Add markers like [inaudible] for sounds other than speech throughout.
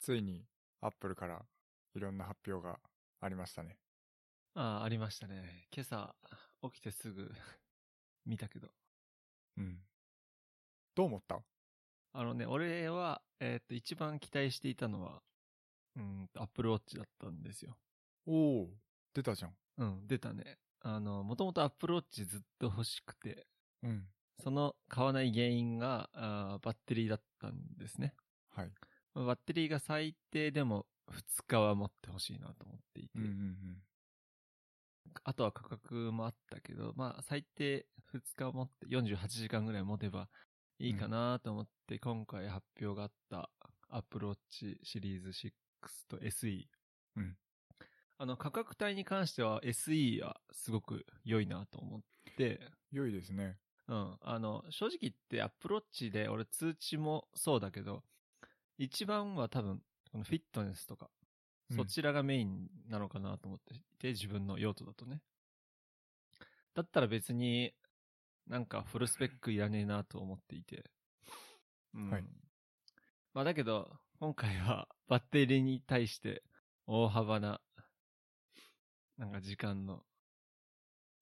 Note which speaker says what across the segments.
Speaker 1: ついにアップルからいろんな発表がありましたね。
Speaker 2: ああ、ありましたね。今朝、起きてすぐ [laughs] 見たけど。
Speaker 1: うん。どう思った
Speaker 2: あのね、俺は、えーっと、一番期待していたのは、うーんと、Apple Watch だったんですよ。
Speaker 1: おお、出たじゃん。
Speaker 2: うん、出たね。あの、もともと Apple Watch ずっと欲しくて、
Speaker 1: うん。
Speaker 2: その買わない原因が、あーバッテリーだったんですね。
Speaker 1: はい。
Speaker 2: まあバッテリーが最低でも2日は持ってほしいなと思っていて、
Speaker 1: うんうんうん。
Speaker 2: あとは価格もあったけど、まあ最低2日持って48時間ぐらい持てばいいかなと思って、今回発表があった Apple Watch シリーズ6と SE。
Speaker 1: うん。
Speaker 2: あの価格帯に関しては SE はすごく良いなと思って、
Speaker 1: 良いですね。
Speaker 2: うん。あの、正直言って Apple Watch で俺通知もそうだけど、一番は多分、このフィットネスとか、
Speaker 1: うん
Speaker 2: そちらがメインなのかなと思っていて、自分の用途だとね。だったら別になんかフルスペックいらねえなと思っていて。うん。
Speaker 1: はい
Speaker 2: まあだけど、今回は [laughs] バッテリーに対して大幅な、なんか時間の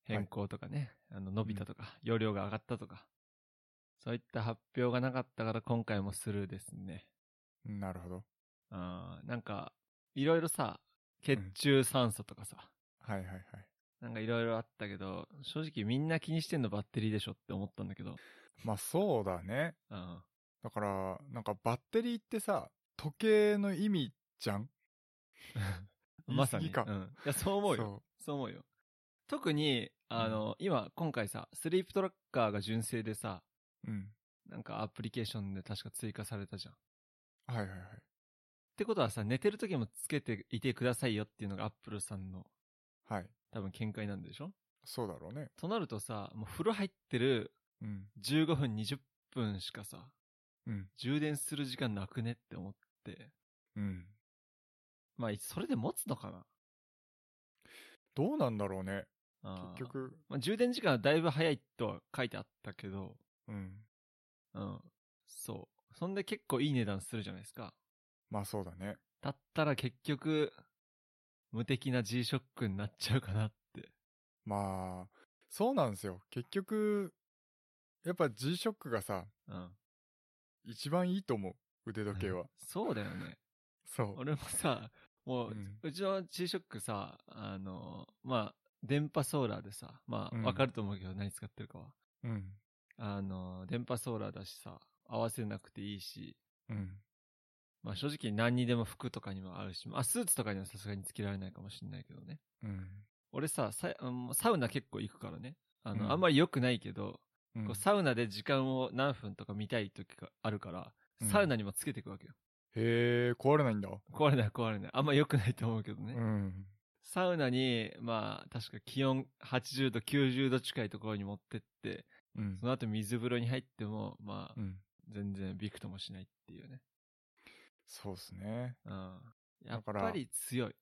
Speaker 2: 変更とかね、あの伸びたとか、容量が上がったとか、そういった発表がなかったから今回もスルーですね。
Speaker 1: なるほど。
Speaker 2: あーなんか、いろいろさ、血中酸素とかさ、
Speaker 1: はいはいはい。
Speaker 2: なんかいろいろあったけど、正直みんな気にしてんのバッテリーでしょって思ったんだけど、
Speaker 1: まあそうだね。
Speaker 2: うん。
Speaker 1: だから、なんかバッテリーってさ、時計の意味じゃん言
Speaker 2: ま
Speaker 1: い過
Speaker 2: さに。
Speaker 1: ぎ
Speaker 2: う
Speaker 1: か
Speaker 2: ん。いや、そう思うよ。そう思うよ。特に、あの、今、今回さ、スリープトラッカーが純正でさ、
Speaker 1: そう。うん。
Speaker 2: なんかアプリケーションで確か追加されたじゃん。っ
Speaker 1: はいはいはい。
Speaker 2: てことはさ、寝てる時もつけていてくださいよっていうのがアップルさんの
Speaker 1: はい。
Speaker 2: 多分見解なんでしょ
Speaker 1: そうだろうね。
Speaker 2: となるとさ、もう風呂入ってる
Speaker 1: うん。
Speaker 2: 15分20分しかさ、
Speaker 1: うん。
Speaker 2: 充電する時間なくねって思って。
Speaker 1: うん。
Speaker 2: まあ、それで持つのかな
Speaker 1: どうなんだろうね。結。
Speaker 2: あー
Speaker 1: 局。
Speaker 2: まあ、充電時間はだいぶ早いとは書いてあったけど、
Speaker 1: うん。
Speaker 2: うん。そう。そんで結構いい値段するじゃないですか。
Speaker 1: まあそうだね。
Speaker 2: だったら結局、無敵な G-SHOCK になっちゃうかなって。
Speaker 1: まあ、そうなんですよ。結局、やっぱ G-SHOCK がさ、
Speaker 2: うん。
Speaker 1: 一番いいと思う。腕時計は。
Speaker 2: そうだよね。
Speaker 1: そう。
Speaker 2: 俺もさ、もう、う
Speaker 1: うん
Speaker 2: ちの G-SHOCK さ、あの、まあ、電波ソーラーでさ、まあ、
Speaker 1: うん
Speaker 2: わかると思うけど、何使ってるかは。
Speaker 1: うん。
Speaker 2: あの、電波ソーラーだしさ、合わせなくていいし、
Speaker 1: うん。
Speaker 2: まあ正直何にでも服とかにも合うし、まあスーツとかにはさすがにつけられないかもしれないけどね。
Speaker 1: うん。
Speaker 2: 俺さ、サうんサウナ結構行くからね。あの、
Speaker 1: うん
Speaker 2: あんまり良くないけど、
Speaker 1: うん
Speaker 2: こうサウナで時間を何分とか見たい時があるから、
Speaker 1: うん
Speaker 2: サウナにもつけていくわけよ。
Speaker 1: へえ、壊れないんだ。
Speaker 2: 壊れない壊れない。あんま良くないと思うけどね。
Speaker 1: うん。
Speaker 2: サウナに、まあ、確か気温80度、90度近いところに持ってって、
Speaker 1: うん
Speaker 2: そ。の後水風呂に入っても、まあ
Speaker 1: う、ん。
Speaker 2: 全然びくともしないっていうね。
Speaker 1: そうですね。
Speaker 2: うん。やっ
Speaker 1: だから
Speaker 2: ぱり強い。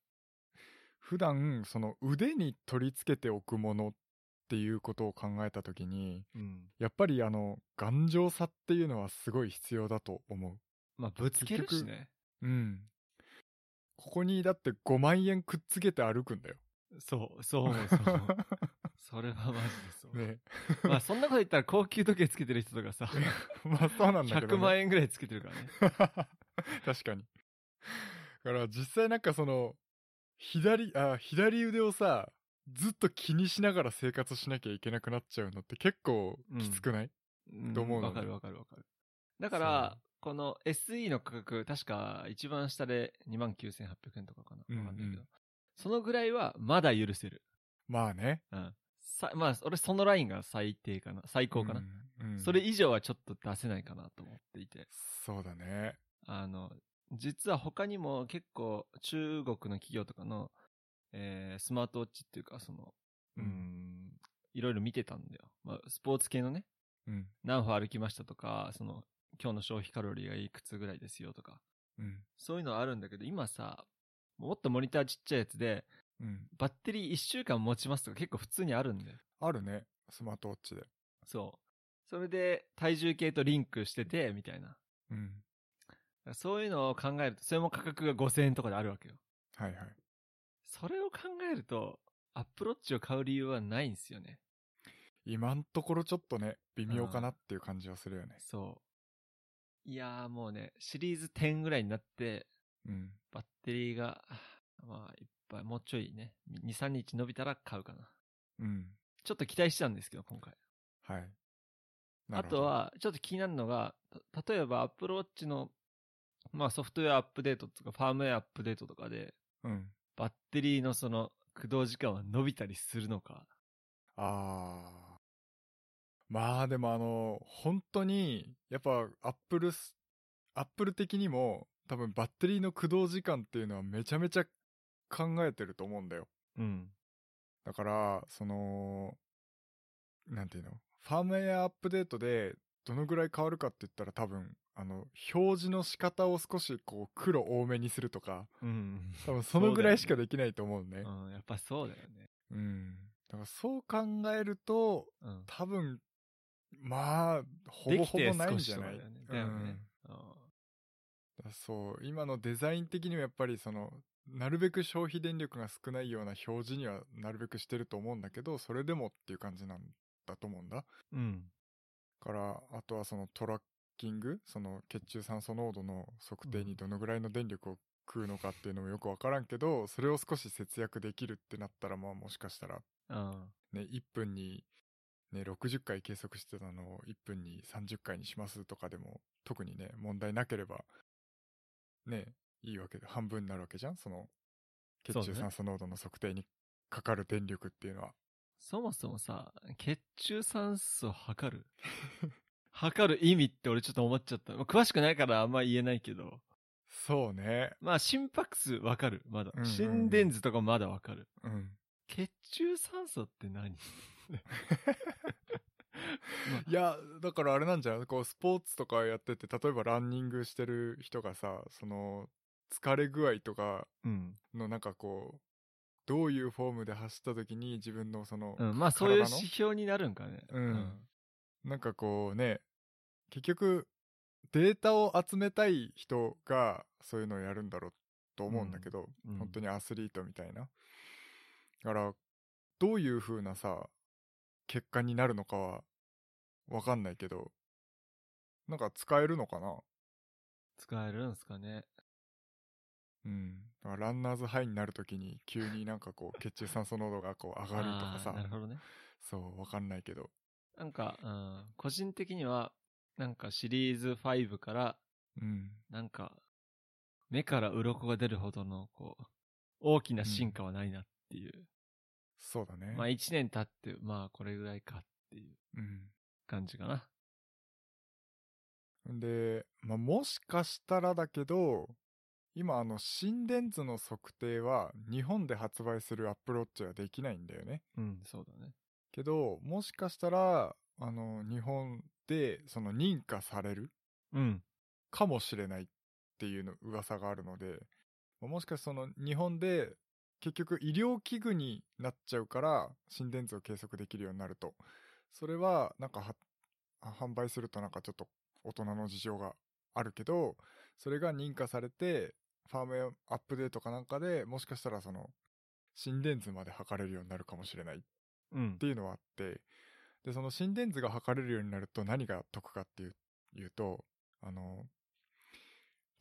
Speaker 1: 普段、その腕に取り付けておくものっていうことを考えたときに、
Speaker 2: うん。
Speaker 1: やっぱりあの、頑丈さっていうのはすごい必要だと思
Speaker 2: まあ、ぶつけるしね。
Speaker 1: う。うん。ここにだって5万円くっつけて歩くんだよ。
Speaker 2: そう、そう思う、そう
Speaker 1: [laughs]
Speaker 2: 思う。それはマジでそう。
Speaker 1: ね。
Speaker 2: まあそんなこと言ったら高級時計つけてる人とかさ、
Speaker 1: [laughs] まあそうなんだけど、ね。
Speaker 2: 100万円ぐらいつけてるからね。
Speaker 1: [laughs] 確かに。だから実際なんかその、左、あ、左腕をさ、ずっと気にしながら生活しなきゃいけなくなっちゃうのって結構きつくない、
Speaker 2: うん
Speaker 1: と思うの
Speaker 2: わかるわかるわかる。だから、この SE の価格、確か一番下で29,800円とかかな。
Speaker 1: うんうん
Speaker 2: わかんないけど。そのぐらいはまだ許せる。
Speaker 1: まあね。
Speaker 2: うん。さ、まあ俺そのラインが最低かな。最高かな。
Speaker 1: うんうん
Speaker 2: それ以上はちょっと出せないかなと思っていて。
Speaker 1: そうだね。
Speaker 2: あの、実は他にも結構中国の企業とかの、えースマートウォッチっていうか、その、う
Speaker 1: うん
Speaker 2: ーん、いろいろ見てたんだよ。まあ、スポーツ系のね、
Speaker 1: うん。
Speaker 2: 何歩歩きましたとか、その、今日の消費カロリーがいくつぐらいですよとか、
Speaker 1: うん。
Speaker 2: そういうのはあるんだけど、今さ、もっとモニターちっちゃいやつで、
Speaker 1: うん。
Speaker 2: バッテリー1週間持ちますとか結構普通にあるんだよ。
Speaker 1: あるね。スマートウォッチで。
Speaker 2: そう。それで、体重計とリンクしてて、みたいな。
Speaker 1: うん。
Speaker 2: らそういうのを考えると、それも価格が5000円とかであるわけよ。
Speaker 1: はいはい。
Speaker 2: それを考えると、アップロッチを買う理由はないんですよね。
Speaker 1: 今んところちょっとね、微妙かなっていう感じはするよね。
Speaker 2: そう。いやーもうね、シリーズ10ぐらいになって、
Speaker 1: うん。
Speaker 2: バッテリーが、まあ、いっぱい、もうちょいね、2、3日伸びたら買うかな。
Speaker 1: うん。
Speaker 2: ちょっと期待してたんですけど、今回。
Speaker 1: はい。な
Speaker 2: あ
Speaker 1: るほど
Speaker 2: と、は、ちょっと気になるのが、た例えば Apple Watch の、まあソフトウェアアップデートとか、ファームウェアアップデートとかで、
Speaker 1: うん。
Speaker 2: バッテリーのその、駆動時間は伸びたりするのか。
Speaker 1: ああ。まあでもあの、本当に、やっぱアップルす、アップル的にも多分バッテリーの駆動時間っていうのはめちゃめちゃ考えてると思うんだよ。
Speaker 2: うん。
Speaker 1: だから、その、なんていうのファームウェアアップデートでどのぐらい変わるかって言ったら多分、あの、表示の仕方を少しこう黒多めにするとか、 [laughs]
Speaker 2: うん。
Speaker 1: 多分そのぐらいしかできないと思うね。
Speaker 2: うん、やっぱそうだよね。
Speaker 1: うん。だからそう考えると、
Speaker 2: うん。
Speaker 1: 多分、まあ、ほぼ
Speaker 2: でき
Speaker 1: ほ
Speaker 2: て
Speaker 1: ぼないん
Speaker 2: 少し
Speaker 1: じゃ
Speaker 2: と
Speaker 1: な
Speaker 2: か
Speaker 1: い
Speaker 2: だよね。だよ
Speaker 1: うん
Speaker 2: ね。うん
Speaker 1: だそう、今のデザイン的にはやっぱりその、なるべく消費電力が少ないような表示にはなるべくしてると思うんだけど、それでもっていう感じなんだと思うんだ。
Speaker 2: うん。
Speaker 1: から、あとはそのトラッキング、その血中酸素濃度の測定にどのぐらいの電力を食うのかっていうのもよくわからんけど、それを少し節約できるってなったら、まあもしかしたら
Speaker 2: うん。
Speaker 1: ね、1分に、ね、60回計測してたのを1分に30回にしますとかでも、特にね、問題なければ、ね、いいわけで、半分になるわけじゃんその、血
Speaker 2: そう
Speaker 1: 中
Speaker 2: ね
Speaker 1: 酸素濃度の測定にかかる電力っていうのは。
Speaker 2: そもそもさ、血中酸素測る [laughs] 測る意味って俺ちょっと思っちゃった。まあ詳しくないからあんま言えないけど。
Speaker 1: そうね。
Speaker 2: まあ心拍数わかる、まだ
Speaker 1: うんう。ん
Speaker 2: 心電図とかまだわかる。
Speaker 1: うん。
Speaker 2: 血中酸素って何まあ
Speaker 1: いや、だからあれなんじゃないこう、スポーツとかやってて、例えばランニングしてる人がさ、その、疲れ具合とか
Speaker 2: うん。
Speaker 1: のなんかこう、どういうフォームで走った時に自分のその、
Speaker 2: うんまあそういう
Speaker 1: 体の
Speaker 2: 指標になるんかね。
Speaker 1: うん。なんかこうね、結局、データを集めたい人がそういうのをやるんだろうと思うんだけど、
Speaker 2: うん
Speaker 1: 本当にアスリートみたいな。だから、どういう風なさ、結果になるのかは、わかんないけど、なんか使えるのかな
Speaker 2: 使えるんすかね。
Speaker 1: うん。だからランナーズハイになるときに、急になんか
Speaker 2: [laughs]
Speaker 1: こう、血中酸素濃度がこう上がるとか
Speaker 2: あーな
Speaker 1: さ、
Speaker 2: るほどね。
Speaker 1: そう、わかんないけど。
Speaker 2: なんか、うん、個人的には、なんかシリーズ5から
Speaker 1: うん。
Speaker 2: なんか、目から鱗が出るほどの、こう、大きな進化はないなっていう。
Speaker 1: そうだね。
Speaker 2: まあ一年経って、まあこれぐらいかっていう
Speaker 1: うん。
Speaker 2: 感じかな。
Speaker 1: で、まあ、もしかしたらだけど、今あの心電図の測定は日本で発売するアップローチはできないんだよね。
Speaker 2: うん、そうだね。
Speaker 1: けど、もしかしたら、あの、日本でその認可される
Speaker 2: うん。
Speaker 1: かもしれないっていうの噂があるので、まあもしかしたらその日本で結局医療器具になっちゃうから心電図を計測できるようになると。それはなんかは販売するとなんかちょっと大人の事情があるけど、それが認可されてファームウェアアップデートかなんかでもしかしたらその心電図まで測れるようになるかもしれないっ
Speaker 2: うん
Speaker 1: て。いうのはあって、で、その心電図が測れるようになると何が得かっていういうと、あの、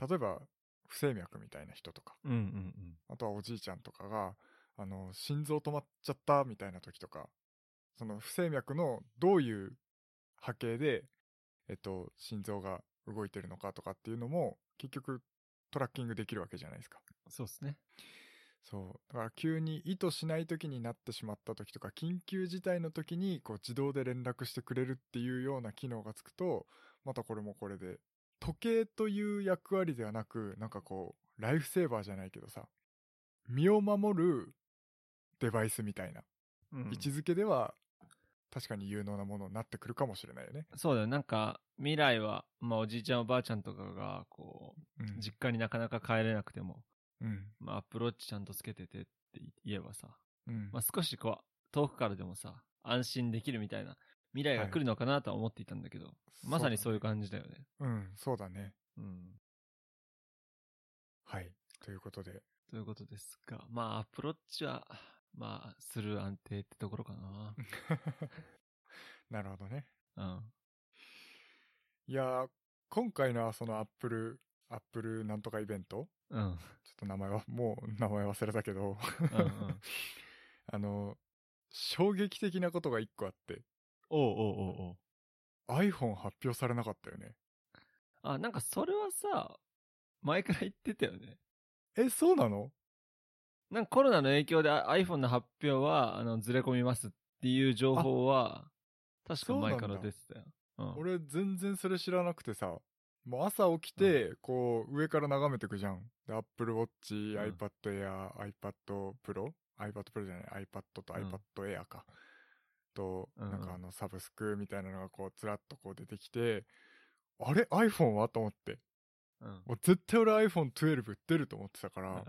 Speaker 1: 例えば不整脈みたいな人とか、
Speaker 2: うんうん
Speaker 1: あとはおじいちゃんとかが、あの、心臓止まっちゃったみたいな時とか、その不整脈のどういう波形で、えっと、心臓が動いてるのかとかっていうのも、結局トラッキングできるわけじゃないですか。
Speaker 2: そうですね。
Speaker 1: そう。だから急に意図しない時になってしまった時とか、緊急事態の時にこう自動で連絡してくれるっていうような機能がつくと、またこれもこれで、時計という役割ではなく、なんかこう、ライフセーバーじゃないけどさ、身を守るデバイスみたいな、位置づけでは、確かに有能なものになってくるかもしれないよね。
Speaker 2: そうだよ。なんか、未来は、まあおじいちゃんおばあちゃんとかが、こ
Speaker 1: うん
Speaker 2: う、実家になかなか帰れなくても、
Speaker 1: うん。
Speaker 2: まあアップローチちゃんとつけててって言えばさ、
Speaker 1: うん
Speaker 2: まあ少しこう、遠くからでもさ、安心できるみたいな未来が来るのかなとは思っていたんだけど、まさにそういう感じだよね。
Speaker 1: うん、そうだね。
Speaker 2: うん。
Speaker 1: ということで。 [laughs]
Speaker 2: ということですが、まあ、アプローチは、まあ、する安定ってところかな。
Speaker 1: なるほどね。
Speaker 2: うん。
Speaker 1: いやー、今回のそのアップル、アップルなんとかイベント
Speaker 2: う
Speaker 1: ちょ
Speaker 2: ん。
Speaker 1: っと名前は、 [laughs] もう名前忘れたけど、
Speaker 2: うんうん。
Speaker 1: [laughs] あの、衝撃的なことが一個あって、
Speaker 2: [laughs] おうおうおうおう。
Speaker 1: iPhone 発表されなかったよね。
Speaker 2: あ、なんかそれはさ、前から言ってたよね。
Speaker 1: え、そうなの
Speaker 2: なんかコロナの影響であ iPhone の発表は、あの、ずれ込みますっていう情報は、確か前から出てたよ。うん。
Speaker 1: 俺全然それ知らなくてさ、もう朝起きて、こう上から眺めてくじゃん。で、Apple Watch、
Speaker 2: うん
Speaker 1: iPad Air、iPad Pro、iPad Pro じゃない、iPad と
Speaker 2: うん
Speaker 1: iPad Air か。と、
Speaker 2: うん
Speaker 1: なんかあのサブスクみたいなのがこうずらっとこう出てきて、あれ ?iPhone はと思って。
Speaker 2: うん。
Speaker 1: もう絶対俺 iPhone12 出ると思ってたか
Speaker 2: [laughs]
Speaker 1: ら、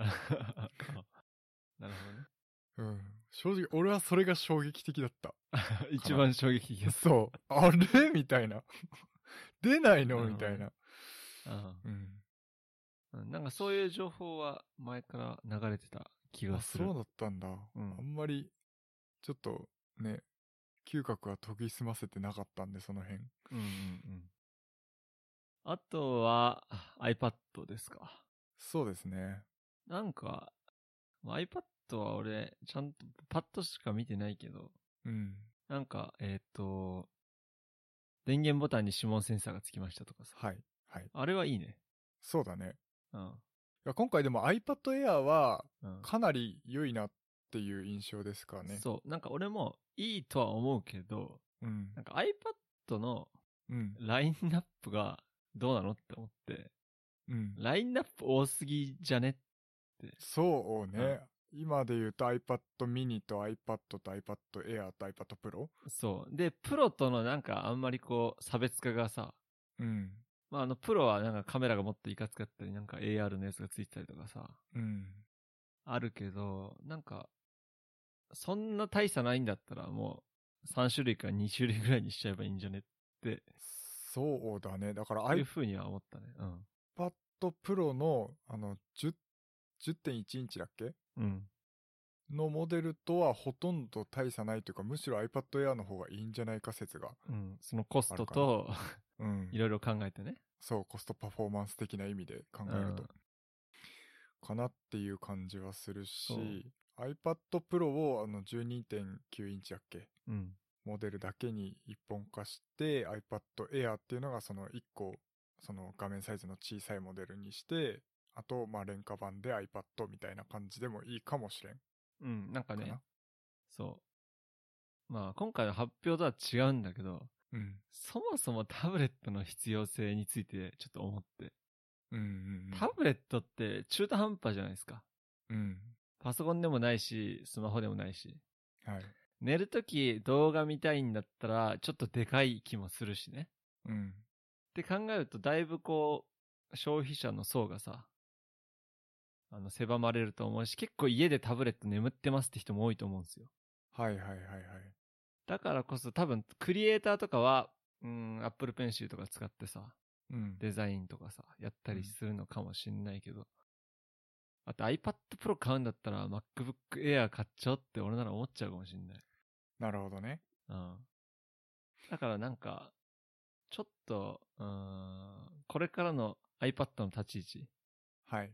Speaker 2: なる
Speaker 1: うん。正直俺はそれが衝撃的だった。
Speaker 2: ほどね。 [laughs] 一番衝撃的です。
Speaker 1: そう。あれみたいな。 [laughs] 出ないの
Speaker 2: うん
Speaker 1: みたいな。
Speaker 2: うん
Speaker 1: うん。
Speaker 2: うん。なんかそういう情報は前から流れてた気が
Speaker 1: あ
Speaker 2: する。
Speaker 1: そうだったんだ、
Speaker 2: うん
Speaker 1: あんまりちょっとね嗅覚は研ぎ澄ませてなかったんでその辺
Speaker 2: うんうんうん。あとは iPad ですか。
Speaker 1: そうですね
Speaker 2: なんか、まあ iPad は俺、ちゃんとパッとしか見てないけど、
Speaker 1: うん
Speaker 2: なんか、えっ、と、電源ボタンに指紋センサーがつきましたとかさ。
Speaker 1: はいはい
Speaker 2: あれはいいね。
Speaker 1: そうだね
Speaker 2: うん。
Speaker 1: いや今回でも iPad Air は
Speaker 2: うん。
Speaker 1: かなり良いなっていう印象ですかね
Speaker 2: そう。なんか俺もいいとは思うけど、
Speaker 1: うん
Speaker 2: なんか iPad の
Speaker 1: うん
Speaker 2: ラインナップがどうなのって思って、
Speaker 1: うん
Speaker 2: ラインナップ多すぎじゃね
Speaker 1: そうね、今で言うと iPad mini と iPad と iPad Air と iPad Pro
Speaker 2: そう。で、プロとのなんかあんまりこう、差別化がさ、
Speaker 1: うん
Speaker 2: まあ、あの、プロはなんかカメラがもっといかつかったり、なんか AR のやつがついてたりとかさ、
Speaker 1: うん
Speaker 2: あるけど、なんか、そんな大差ないんだったらもう、3種類か2種類ぐらいにしちゃえばいいんじゃねって、
Speaker 1: そうだねだから
Speaker 2: ああ
Speaker 1: iPad
Speaker 2: いうふうには思ったね。うん。
Speaker 1: iPad Pro の、あの、10 10.1インチだっけ
Speaker 2: うん。
Speaker 1: のモデルとはほとんど大差ないというか、むしろ iPad Air の方がいいんじゃないか説が。
Speaker 2: うん。そのコスト
Speaker 1: あ
Speaker 2: と、
Speaker 1: うん
Speaker 2: い。ろいろ考えてね。
Speaker 1: そう、コストパフォーマンス的な意味で考えると。かなっていう感じはするし、iPad Pro をあの12.9インチだっけ
Speaker 2: うん。
Speaker 1: モデルだけに一本化して iPad Air っていうのがその1個その画面サイズの小さいモデルにしてあとまあ廉価版で iPad みたいな感じでもいいかもしれん
Speaker 2: うん。なんか
Speaker 1: か
Speaker 2: ね
Speaker 1: な、
Speaker 2: そう。まあ、今回の発表とは違うんだけど、
Speaker 1: うん
Speaker 2: そもそもタブレットの必要性についてちょっと思って。
Speaker 1: うんうん
Speaker 2: タブレットって中途半端じゃないですか。
Speaker 1: うん
Speaker 2: パソコンでもないし、スマホでもないし。
Speaker 1: はい
Speaker 2: 寝るとき動画見たいんだったら、ちょっとでかい気もするしね。
Speaker 1: うん
Speaker 2: って考えると、だいぶこう、消費者の層がさ、あの、狭まれると思うし、結構家でタブレット眠ってますって人も多いと思うんですよ。
Speaker 1: はいはいはいはい
Speaker 2: だからこそ多分、クリエイターとかは、うん、Apple Pencil とか使ってさ、
Speaker 1: うん
Speaker 2: デザインとかさ、やったりするのかもしんないけど。あと iPad Pro 買うんだったら MacBook Air 買っちゃおうって俺なら思っちゃうかもしんない。
Speaker 1: なるほどね
Speaker 2: うん。だからなんか、ちょっと、うーん、これからの iPad の立ち位置
Speaker 1: はい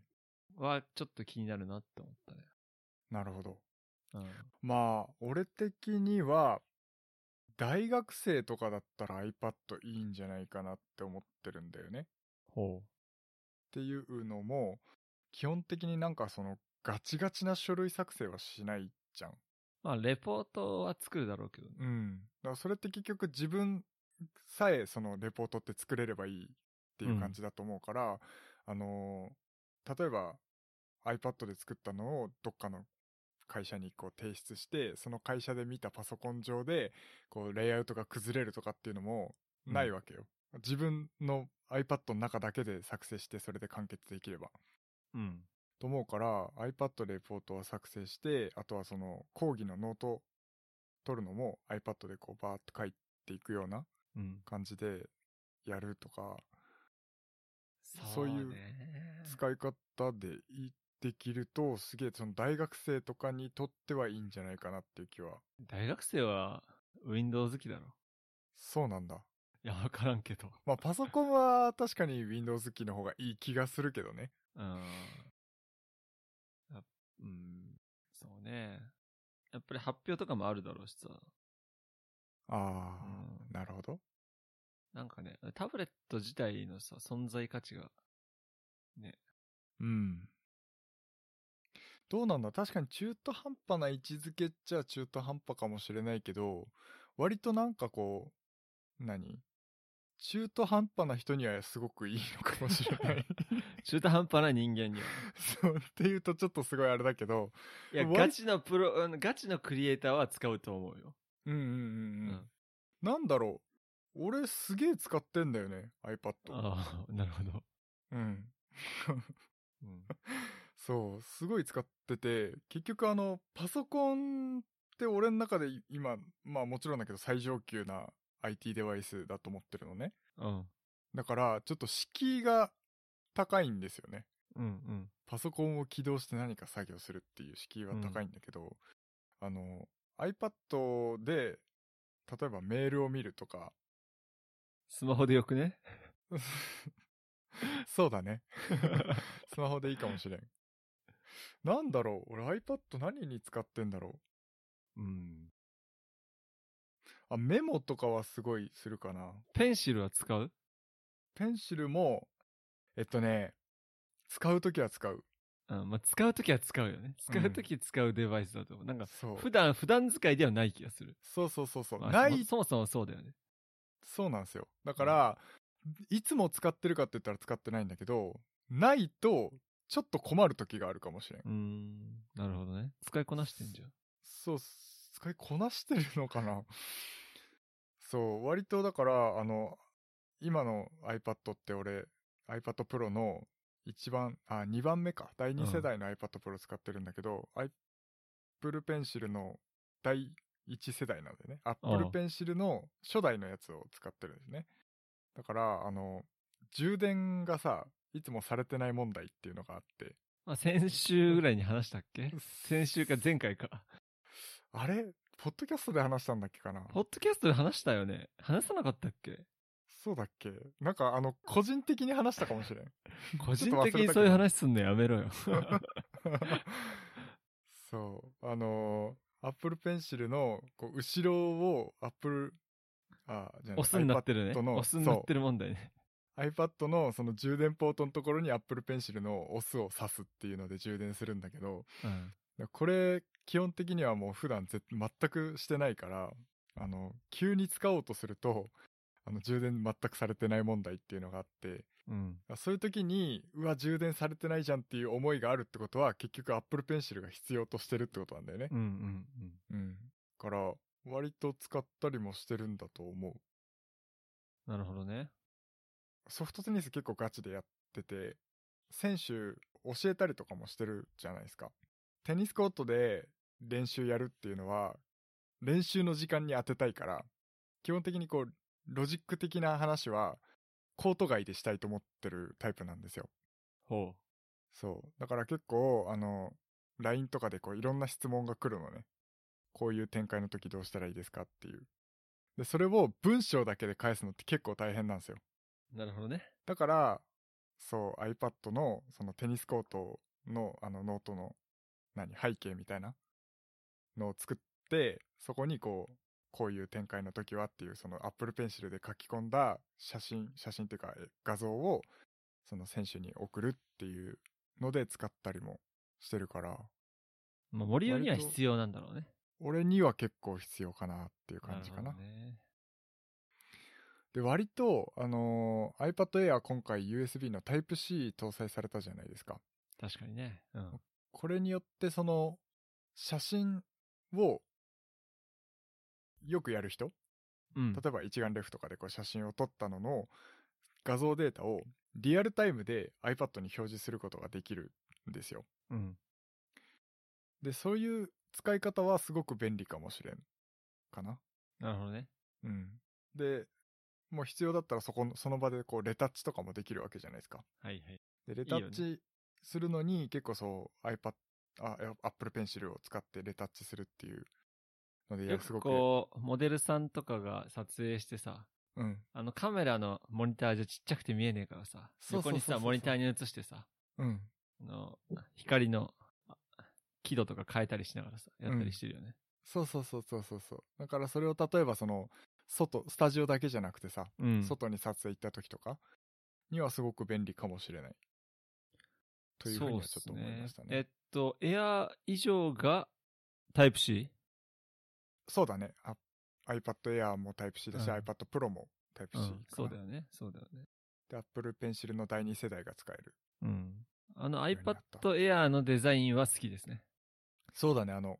Speaker 2: はちょっと気になるなって思ったね。
Speaker 1: なるほど
Speaker 2: うん。
Speaker 1: まあ俺的には大学生とかだったら iPad いいんじゃないかなって思ってるんだよねっ
Speaker 2: ほ
Speaker 1: ていうのも基本的になんかそのガチガチな書類作成はしないじゃん。
Speaker 2: う。まあ、レポートは作るだろうけどね。
Speaker 1: うん。だからそれって結局自分さえそのレポートって作れればいいっていう感じだと思うから、あのー例えば iPad で作ったのをどっかの会社にこう提出してその会社で見たパソコン上でこうレイアウトが崩れるとかっていうのもないわけよ。自分の iPad の中だけで作成してそれで完結できれば。
Speaker 2: うん。
Speaker 1: と思うから iPad でレポートは作成してあとはその講義のノート取るのも iPad でこうバーッと書いていくような
Speaker 2: うん。
Speaker 1: 感じでやるとか
Speaker 2: そう
Speaker 1: そういう
Speaker 2: ね
Speaker 1: 使い方でいいできると、すげえ、その大学生とかにとってはいいんじゃないかなっていう気は。
Speaker 2: 大学生は Windows 好きだろ。
Speaker 1: そうなんだ。
Speaker 2: いや、わからんけど。
Speaker 1: まあ、パソコンは確かに Windows 機の方がいい気がするけどね。
Speaker 2: うん。やうん。そうね。やっぱり発表とかもあるだろうしさ。
Speaker 1: ああ、
Speaker 2: うん
Speaker 1: なるほど。
Speaker 2: なんかね、タブレット自体のさ、存在価値が。 [laughs]
Speaker 1: うん。どうなんだ確かに中途半端な位置づけっちゃ中途半端かもしれないけど、割となんかこう、何中途半端な人にはすごくいいのかもしれない。 [laughs]
Speaker 2: 中途半端な人間には。
Speaker 1: そう、っていうとちょっとすごいあれだけど、
Speaker 2: い [laughs] や、
Speaker 1: 割
Speaker 2: ガチのプロ、うんガチのクリエイターは使うと思うよ。
Speaker 1: うんうんうんうん。なんだろう俺すげえ使ってんだよね、iPad。
Speaker 2: ああ、 [laughs] なるほど。
Speaker 1: うん。
Speaker 2: うん。
Speaker 1: そう、すごい使ってて、結局あの、パソコンって俺の中で今、まあもちろんだけど最上級な IT デバイスだと思ってるのね。
Speaker 2: うん。
Speaker 1: だから、ちょっと敷居が高いんですよね。
Speaker 2: うん。うん。
Speaker 1: パソコンを起動して何か作業するっていう敷居は高いんだけど、あの、iPad で、例えばメールを見るとか、
Speaker 2: スマホでよくね
Speaker 1: そうだ [laughs] ね。スマホでいいかもしれん。なんだろう俺 iPad 何に使ってんだろう
Speaker 2: うん。
Speaker 1: あ、メモとかはすごいするかな。
Speaker 2: ペンシルは使う
Speaker 1: ペンシルも、えっとね、使うときは使う。
Speaker 2: うん。まあ、使うときは使うよね。使うとき使うデバイスだと思う。なんか、
Speaker 1: そう。
Speaker 2: 普段、普段使いではない気がする。
Speaker 1: そうそうそうそう。
Speaker 2: まあ
Speaker 1: ない、
Speaker 2: そもそもそうだよね。
Speaker 1: そうなんですよ。だから、いつも使ってるかって言ったら使ってないんだけど、ないと、ちょっと困るときがあるかもしれん。
Speaker 2: うーん。なるほどね。使いこなしてんじゃん。
Speaker 1: そう、使いこなしてるのかな [laughs] そう、割とだから、あの、今の iPad って俺、iPad Pro の一番、あ、2番目か。第
Speaker 2: うん
Speaker 1: 2世代の iPad Pro 使ってるんだけど、Apple Pencil の第1世代なんでね。Apple
Speaker 2: ああ
Speaker 1: Pencil の初代のやつを使ってるんですね。だから、あの、充電がさ、いつもされてない問題っていうのがあって。
Speaker 2: まあ、先週ぐらいに話したっけ [laughs] 先週か前回か。
Speaker 1: あれポッドキャストで話したんだっけかな
Speaker 2: ポッドキャストで話したよね。話さなかったっ [laughs] け
Speaker 1: そうだっけなんかあの、個人的に話したかもしれ
Speaker 2: [laughs]
Speaker 1: ん。
Speaker 2: 個人的にそういう話すんのやめろよ。
Speaker 1: そう。あのー、Apple Pencil のこう後ろを Apple、あ、じゃない
Speaker 2: オスになってるね。
Speaker 1: iPad の
Speaker 2: オスになってる問題ね。
Speaker 1: そう iPad のその充電ポートのところに Apple Pencil のオスを挿すっていうので充電するんだけど、
Speaker 2: うん。
Speaker 1: これ、基本的にはもう普段ぜ全くしてないから、あの、急に使おうとすると、あの、充電全くされてない問題っていうのがあって、
Speaker 2: うん。
Speaker 1: そういう時に、うわ、充電されてないじゃんっていう思いがあるってことは、結局 Apple Pencil が必要としてるってことなんだよね
Speaker 2: う。んうんうん。
Speaker 1: うん。から、割と使ったりもしてるんだと思う。
Speaker 2: なるほどね。
Speaker 1: ソフトテニス結構ガチでやってて、選手教えたりとかもしてるじゃないですか。テニスコートで練習やるっていうのは、練習の時間に当てたいから、基本的にこう、ロジック的な話は、コート外でしたいと思ってるタイプなんですよ。
Speaker 2: ほ
Speaker 1: そう。だから結構、あの、LINE とかでこういろんな質問が来るのね。こういう展開の時どうしたらいいですかっていう。で、それを文章だけで返すのって結構大変なんですよ。
Speaker 2: う。なるほどね。
Speaker 1: だから、そう、iPad のそのテニスコートのあのノートの何背景みたいなのを作って、そこにこう、こういう展開の時はっていうその Apple Pencil で書き込んだ写真、写真っていうかえ画像をその選手に送るっていうので使ったりもしてるから、
Speaker 2: まあ、森生には必要なんだろうね。
Speaker 1: 俺には結構必要かなっていう感じかな。
Speaker 2: るほどね。
Speaker 1: で、割と、あのー iPad Air 今回 USB の Type-C 搭載されたじゃないですか。
Speaker 2: 確かにね。うん。
Speaker 1: これによってその写真をよくやる人、
Speaker 2: うん
Speaker 1: 例。えば一眼レフとかでこう写真を撮ったのの画像データをリアルタイムで iPad に表示することができるんですよ。
Speaker 2: うん。
Speaker 1: で、そういう使い方はすごく便利かもしれん。かな。
Speaker 2: なるほどね。
Speaker 1: うん。で、もう必要だったらそこの、その場でこうレタッチとかもできるわけじゃないですか。
Speaker 2: はいはい。
Speaker 1: で、レタッチするのに結構そう iPad、あ、Apple Pencil を使ってレタッチするっていうので、い
Speaker 2: よ
Speaker 1: や、す
Speaker 2: く
Speaker 1: ごく。
Speaker 2: こう、モデルさんとかが撮影してさ、
Speaker 1: うん。
Speaker 2: あのカメラのモニターじゃちっちゃくて見えねえからさ、
Speaker 1: そうそ
Speaker 2: 横
Speaker 1: うそうそう
Speaker 2: にさ、モニターに映してさ、
Speaker 1: うん。
Speaker 2: あの、光のあ輝度とか変えたりしながらさ、やったりしてるよね。
Speaker 1: そうそうそうそうそうそう。だからそれを例えばその、外、スタジオだけじゃなくてさ、
Speaker 2: うん。
Speaker 1: 外に撮影行った時とかにはすごく便利かもしれない。というふうにはちょっと思いましたね。
Speaker 2: そうっすえっと、エア以上がタイプ C?
Speaker 1: そうだね。あ iPad Air も Type-C だし、
Speaker 2: うん
Speaker 1: iPad Pro も Type-C
Speaker 2: う
Speaker 1: かな、
Speaker 2: ん。そうだよね。そうだよね。
Speaker 1: で、Apple Pencil の第2世代が使える。
Speaker 2: うん。あの
Speaker 1: にな
Speaker 2: iPad
Speaker 1: った
Speaker 2: Air のデザインは好きですね。
Speaker 1: そうだね、あの、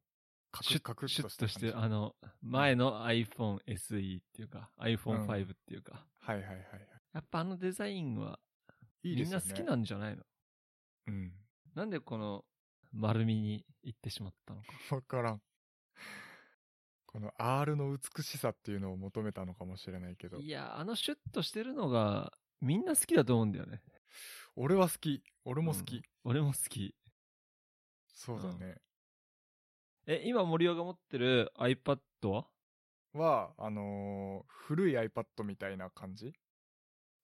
Speaker 1: カク
Speaker 2: シュ
Speaker 1: ッ
Speaker 2: ッ
Speaker 1: カク
Speaker 2: シ
Speaker 1: ッ
Speaker 2: ュ
Speaker 1: と
Speaker 2: ッとして、
Speaker 1: 感じ
Speaker 2: あの、前の iPhone SE っていうか、iPhone5 っていうか、
Speaker 1: はいはいはいはい。
Speaker 2: やっぱあのデザインは、
Speaker 1: いい
Speaker 2: み
Speaker 1: で
Speaker 2: ん
Speaker 1: すよ
Speaker 2: な
Speaker 1: ね。
Speaker 2: 好きなんじゃないの
Speaker 1: うん。
Speaker 2: なんでこの丸みに行ってしまったのか。
Speaker 1: わからん。この R の美しさっていうのを求めたのかもしれないけど、
Speaker 2: いや、あのシュッとしてるのが、みんな好きだと思うんだよね。
Speaker 1: 俺は好き。俺も好き。
Speaker 2: うん俺も好き。
Speaker 1: そうだね。
Speaker 2: え、今森尾が持ってる iPad は
Speaker 1: は、あのー古い iPad みたいな感じ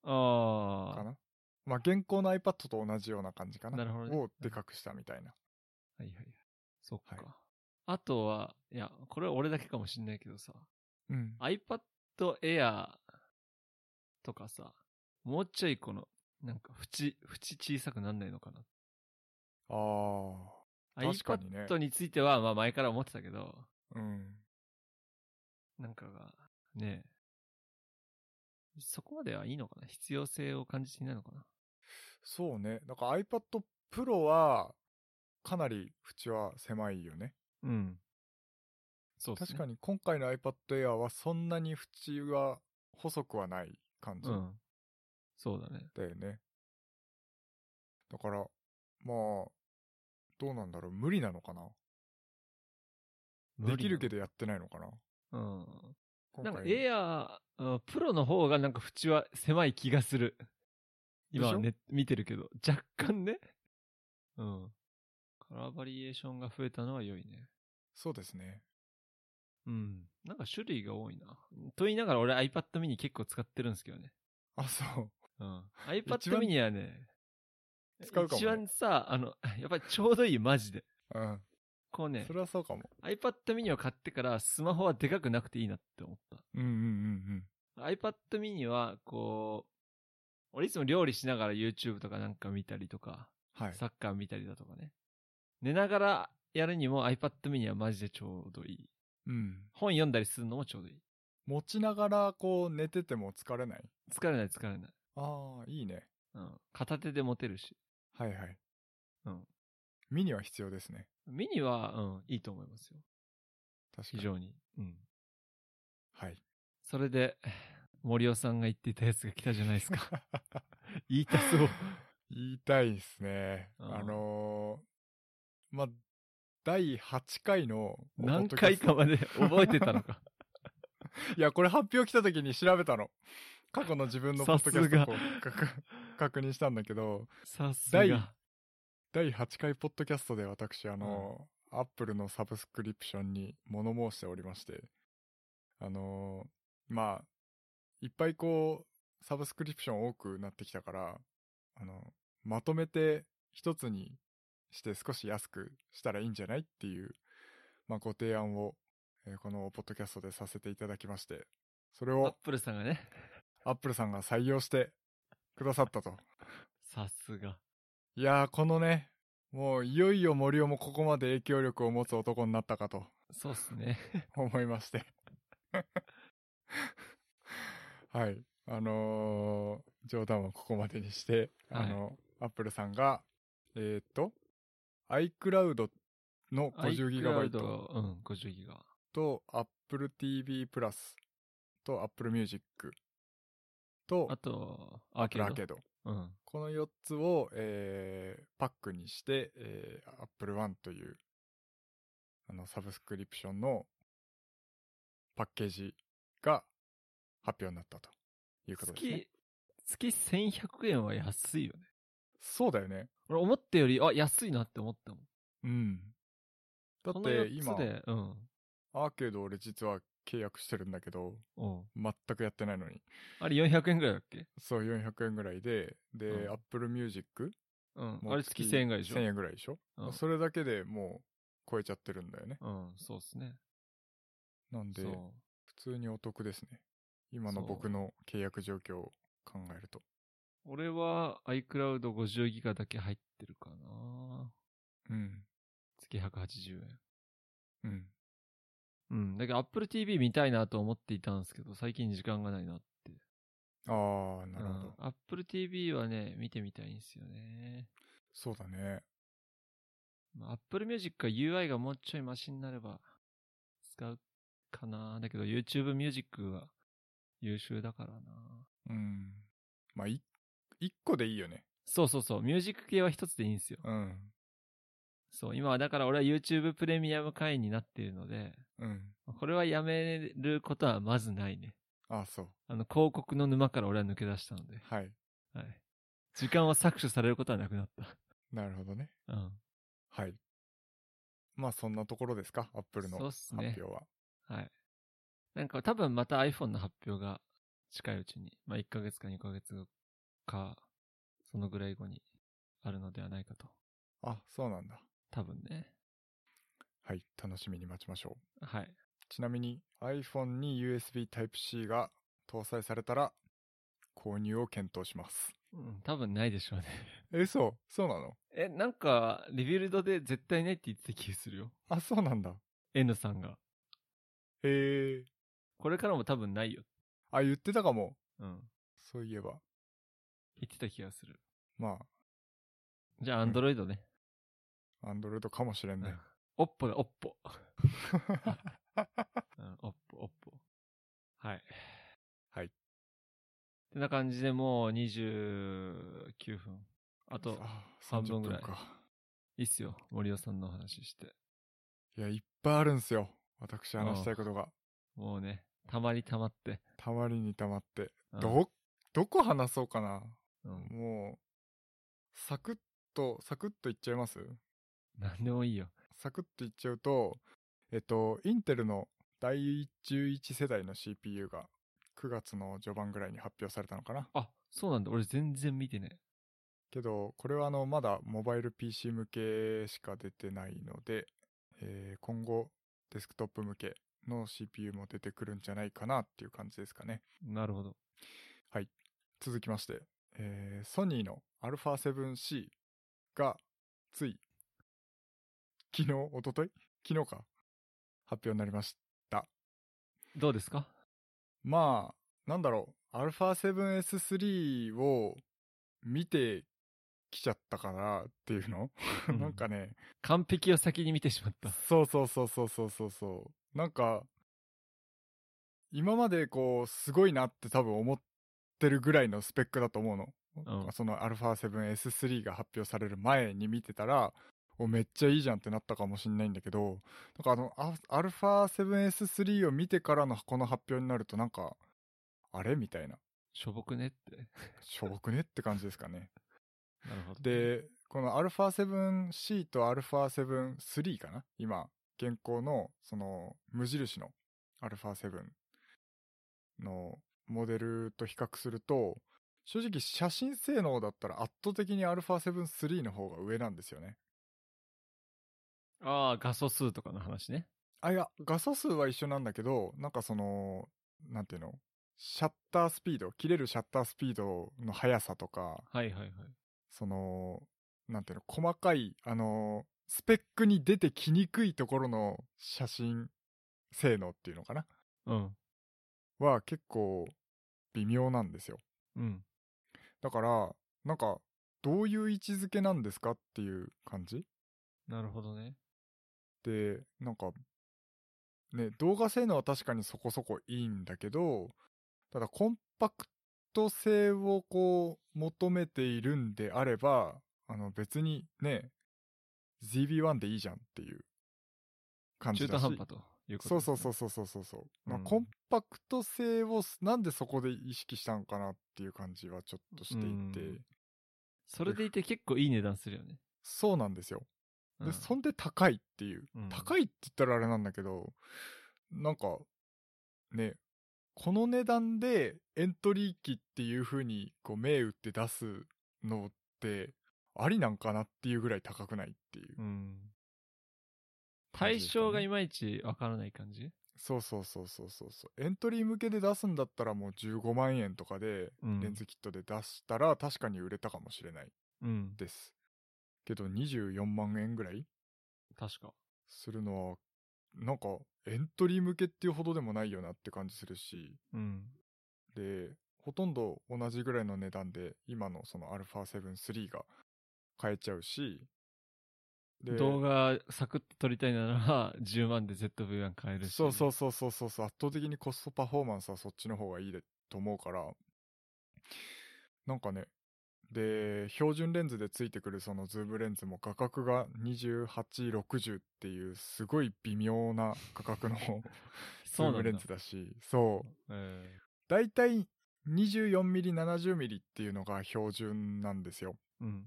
Speaker 2: あ
Speaker 1: か
Speaker 2: あ。
Speaker 1: な。まあ、現行の iPad と同じような感じかな。
Speaker 2: なるほどね
Speaker 1: をでかくしたみたいな。
Speaker 2: はいはいはい。そっか。
Speaker 1: はい
Speaker 2: あとは、いや、これは俺だけかもしんないけどさ、
Speaker 1: うん。
Speaker 2: iPad Air とかさ、もうちょいこの、なんか、縁、縁小さくなんないのかな。
Speaker 1: ああ。確かにね。
Speaker 2: iPad については、まあ前から思ってたけど、
Speaker 1: うん。
Speaker 2: なんかが、ねえそこまではいいのかな必要性を感じていないのかな
Speaker 1: そうね。だから iPad Pro は、かなり縁は狭いよね。
Speaker 2: うん。そうで
Speaker 1: 確
Speaker 2: すね。
Speaker 1: かに今回の iPad Air はそんなに縁は細くはない感じ
Speaker 2: うん。そうだね。
Speaker 1: だよね。だから、まあ、どうなんだろう。無理なのかなできるけどやってないのかな
Speaker 2: ど。うん。
Speaker 1: 今
Speaker 2: なん
Speaker 1: 回
Speaker 2: かエアー、プロの方がなんか縁は狭い気がする。今はね、見てるけど、若干ね。うん。カラーバリエーションが増えたのは良いね。
Speaker 1: そうですね。
Speaker 2: うん。なんか種類が多いな。と言いながら俺 iPad mini 結構使ってるんですけどね。
Speaker 1: あ、そう。 [laughs]
Speaker 2: うん。
Speaker 1: 一
Speaker 2: iPad
Speaker 1: 番
Speaker 2: mini はね、
Speaker 1: 使うかもね
Speaker 2: 一番さ、あの、 [laughs] やっぱりちょうどいい、マジで。
Speaker 1: うん。
Speaker 2: こうね
Speaker 1: そ、れはそうかも。
Speaker 2: iPad mini を買ってからスマホはでかくなくていいなって思った。
Speaker 1: うんうん
Speaker 2: iPad mini は、こう、俺いつも料理しながら YouTube とかなんか見たりとか、
Speaker 1: うん。はい。
Speaker 2: サッカー見たりだとかね。寝ながらやるにも iPad mini はマジでちょうどいい。
Speaker 1: うん。
Speaker 2: 本読んだりするのもちょうどいい。
Speaker 1: 持ちながら、こう、寝てても疲れない。
Speaker 2: 疲れない疲れない。
Speaker 1: ああ、いいね。
Speaker 2: うん。片手で持てるし。
Speaker 1: はいはい。
Speaker 2: うん。
Speaker 1: ミニは必要ですね。
Speaker 2: ミニは、うん、いいと思いますよ。
Speaker 1: 確か
Speaker 2: 非
Speaker 1: に。
Speaker 2: 常に。うん。
Speaker 1: はい。
Speaker 2: それで、 [laughs] 森尾さんが言っていたやつが来たじゃないですか。言いた [laughs] そう。
Speaker 1: 言いたいですね。
Speaker 2: うん
Speaker 1: あのー、まあ、第8回の、
Speaker 2: 何回かまで覚えてた
Speaker 1: [laughs]
Speaker 2: のか。
Speaker 1: いや、これ発表来た時に調べたの。過去の自分のポッドキャストをこう
Speaker 2: さ
Speaker 1: 確確認したんだけど、
Speaker 2: さすが。
Speaker 1: 第8回ポッドキャストで私、あの、アップルのサブスクリプションに物申しておりまして、あのーまあ、いっぱいこう、サブスクリプション多くなってきたから、あの、まとめて一つにして少し安くしたらいいんじゃないっていう、まあ、ご提案を、えーこのポッドキャストでさせていただきまして、それ
Speaker 2: アッ
Speaker 1: を
Speaker 2: プルさんがね。
Speaker 1: アップルさんが採用してくださったと。
Speaker 2: さすが。
Speaker 1: いやー、このね、もういよいよ森尾もここまで影響力を持つ男になったかと [laughs]
Speaker 2: そうっすね。
Speaker 1: 思いまして。 [laughs] はい。あのー冗談はここまでにして、
Speaker 2: はい
Speaker 1: あの、アップルさんが、えーっと、iCloud の 50GB
Speaker 2: iCloud うん、50ギガ。
Speaker 1: と Apple TV プラスと Apple Music と
Speaker 2: あと、アーケ
Speaker 1: Apple
Speaker 2: ード。
Speaker 1: Arcade。
Speaker 2: うん。
Speaker 1: この4つを、えーパックにして、えー Apple One というあのサブスクリプションのパッケージが発表になったということですね。
Speaker 2: 月、月1100円は安いよね。
Speaker 1: そうだよね。
Speaker 2: 俺思ったより、あ、安いなって思ったもん。
Speaker 1: うん。だ
Speaker 2: こ
Speaker 1: っ
Speaker 2: の
Speaker 1: て
Speaker 2: 4
Speaker 1: 今
Speaker 2: つ、で、うん。
Speaker 1: アーケード俺実は契約してるんだけど、
Speaker 2: うん。
Speaker 1: 全くやってないのに。
Speaker 2: あれ400円ぐらいだっけ
Speaker 1: そう、400円ぐらいで、で、
Speaker 2: うん
Speaker 1: Apple Music
Speaker 2: うん。
Speaker 1: も
Speaker 2: あれ月1000円ぐらいでしょ
Speaker 1: ?1000 円ぐらいでしょ、
Speaker 2: うん
Speaker 1: それだけでもう超えちゃってるんだよね。
Speaker 2: うん、そうっすね。
Speaker 1: なんで、
Speaker 2: そ
Speaker 1: 普通にお得ですね。今の
Speaker 2: そう
Speaker 1: 僕の契約状況を考えると。
Speaker 2: う。俺は iCloud50 ギガだけ入ってるかな
Speaker 1: うん。
Speaker 2: 月180円。
Speaker 1: うん。
Speaker 2: うん。だけど Apple TV 見たいなと思っていたんですけど、最近時間がないなって。
Speaker 1: あー、なるほど。
Speaker 2: うん。Apple TV はね、見てみたいんですよね。
Speaker 1: そうだね。
Speaker 2: まあ、Apple Music は UI がもうちょいマシになれば使うかなだけど YouTube Music は優秀だからな
Speaker 1: うん。まあ、い一個でいいよね。
Speaker 2: そうそうそう、ミュージック系は一つでいいんですよ。
Speaker 1: うん。
Speaker 2: そう、今はだから俺は YouTube プレミアム会員になっているので、
Speaker 1: うん。
Speaker 2: これはやめることはまずないね。
Speaker 1: あー、そう。
Speaker 2: あの、広告の沼から俺は抜け出したので、
Speaker 1: はい。
Speaker 2: はい。時間を搾取されることはなくなっ
Speaker 1: なるほどね。
Speaker 2: た。うん。
Speaker 1: はい。まあ、そんなところですか。Apple の
Speaker 2: そうっ
Speaker 1: 発
Speaker 2: すね
Speaker 1: 表は。
Speaker 2: はい。なんか多分また iPhone の発表が近いうちに、まあ1ヶ月か2ヶ月か、そのぐらい後にあるのではないかと。
Speaker 1: あ、そうなんだ。
Speaker 2: 多分ね。
Speaker 1: はい。楽しみに待ちましょう。
Speaker 2: はい。
Speaker 1: ちなみに iPhone に USB Type-C が搭載されたら購入を検討します。
Speaker 2: うん、多分ないでしょうね。 [laughs]
Speaker 1: え、そうそうなの
Speaker 2: え、なんか、リビルドで絶対ないって言ってた気がするよ。
Speaker 1: [laughs] あ、そうなんだ。
Speaker 2: N さんが。
Speaker 1: へえ。
Speaker 2: これからも多分ないよ。
Speaker 1: あ、言ってたかも。
Speaker 2: うん。
Speaker 1: そういえば。
Speaker 2: 言ってた気がする。
Speaker 1: ま
Speaker 2: じゃあ、アンドロイドね。
Speaker 1: あ、Android かもしれん
Speaker 2: うん
Speaker 1: ね。
Speaker 2: おっぽだ、おっ
Speaker 1: [laughs]
Speaker 2: ぽ。うん、おっぽ、おっぽ。はい。
Speaker 1: はい。
Speaker 2: てな感じでもう29分。あと、
Speaker 1: あ
Speaker 2: 半分ぐらい
Speaker 1: 30か
Speaker 2: いいっすよ。森尾さんのお話して。
Speaker 1: いや、いっぱいあるんすよ。私話したいことが。
Speaker 2: もうね、たまりたまって。
Speaker 1: たまりにたまって。
Speaker 2: うん
Speaker 1: ど、どこ話そうかな
Speaker 2: うん。
Speaker 1: もう、サクッと、サクッといっちゃいます
Speaker 2: なんでもいいよ。
Speaker 1: サクッといっちゃうと、えっと、インテルの第11世代の CPU が9月の序盤ぐらいに発表されたのかな。
Speaker 2: あ、そうなんだ。俺全然見てね。
Speaker 1: けど、これはあの、まだモバイル PC 向けしか出てないので、えー今後デスクトップ向けの CPU も出てくるんじゃないかなっていう感じですかね。
Speaker 2: なるほど。
Speaker 1: 続きまして、えーソニーの α7C がつい昨日、おととい昨日か発表になりました。
Speaker 2: どうですか
Speaker 1: まあ、なんだろう、α7S3 を見てきちゃったかなっていうの、 [laughs]
Speaker 2: うん
Speaker 1: [laughs] なんかね、
Speaker 2: 完璧を先に見てしまった。
Speaker 1: そうそうそうそうそうそうそう。なんか、今までこう、すごいなって多分思ってるぐらいのスペックだと思うの。
Speaker 2: うん
Speaker 1: その α7S3 が発表される前に見てたら、おめっちゃいいじゃんってなったかもしんないんだけど、なんかあの、あ α7S3 を見てからのこの発表になるとなんか、あれみたいな。
Speaker 2: しょぼくねって。
Speaker 1: しょぼくねって感じですかね。
Speaker 2: なるほど。、
Speaker 1: で、この α7C と α7-3 かな今、現行の、その、無印の α7 のモデルと比較すると、正直写真性能だったら圧倒的に α7-3 の方が上なんですよね。
Speaker 2: ああ、画素数とかの話ね。
Speaker 1: あ、いや、画素数は一緒なんだけど、なんかその、なんていうのシャッタースピード、切れるシャッタースピードの速さとか、
Speaker 2: はいはいはい。
Speaker 1: その、なんていうの、細かい、あの、スペックに出てきにくいところの写真性能っていうのかな
Speaker 2: うん。
Speaker 1: は結構微妙なんですよ。
Speaker 2: うん。
Speaker 1: だから、なんか、どういう位置づけなんですかっていう感じ
Speaker 2: なるほどね。
Speaker 1: で、なんか、ね、動画性能は確かにそこそこいいんだけど、ただコンパクト性をこう、求めているんであれば、あの別にね、ZB-1 でいいじゃんっていう感じ
Speaker 2: 中
Speaker 1: だ
Speaker 2: 途
Speaker 1: し。
Speaker 2: 半端ということ
Speaker 1: そう
Speaker 2: です
Speaker 1: そ
Speaker 2: ね
Speaker 1: うそうそうそうそうそう。まあ
Speaker 2: うん
Speaker 1: コンパクト性をすなんでそこで意識したんかなっていう感じはちょっとしていて、
Speaker 2: うんそれでいて結構いい値段するよね。
Speaker 1: そうなんですよ。
Speaker 2: う
Speaker 1: で、
Speaker 2: ん
Speaker 1: そんで高いっていう。
Speaker 2: うん
Speaker 1: 高いって言ったらあれなんだけど、なんか、ね、この値段でエントリー機っていう風にこう銘打って出すのってありなんかなっていうぐらい高くないっていう
Speaker 2: うん。
Speaker 1: 感
Speaker 2: 対
Speaker 1: じですかね、
Speaker 2: 象がいまいちわからない感じ
Speaker 1: そうそうそうそうそうそう。エントリー向けで出すんだったらもう15万円とかで
Speaker 2: うん
Speaker 1: レンズキットで出したら確かに売れたかもしれない
Speaker 2: うん。
Speaker 1: です。けど24万円ぐらい
Speaker 2: 確か。
Speaker 1: するのは、なんかエントリー向けっていうほどでもないよなって感じするし、
Speaker 2: うん。
Speaker 1: で、ほとんど同じぐらいの値段で今のその α7-3 が買えちゃうし、で
Speaker 2: 動画サクッと撮りたいなら10万 [laughs] で ZV-1 買えるし。
Speaker 1: そうそうそうそうそうそう圧倒的にコストパフォーマンスはそっちの方がいいでと思うからなんかねで標準レンズでついてくるそのズームレンズも価格が2860っていうすごい微妙な価格
Speaker 2: [laughs]
Speaker 1: のズ
Speaker 2: そ
Speaker 1: ー
Speaker 2: うなんだ
Speaker 1: ムレンズだしそう
Speaker 2: え
Speaker 1: だいたい 24mm70mm っていうのが標準なんですよ
Speaker 2: ーうん。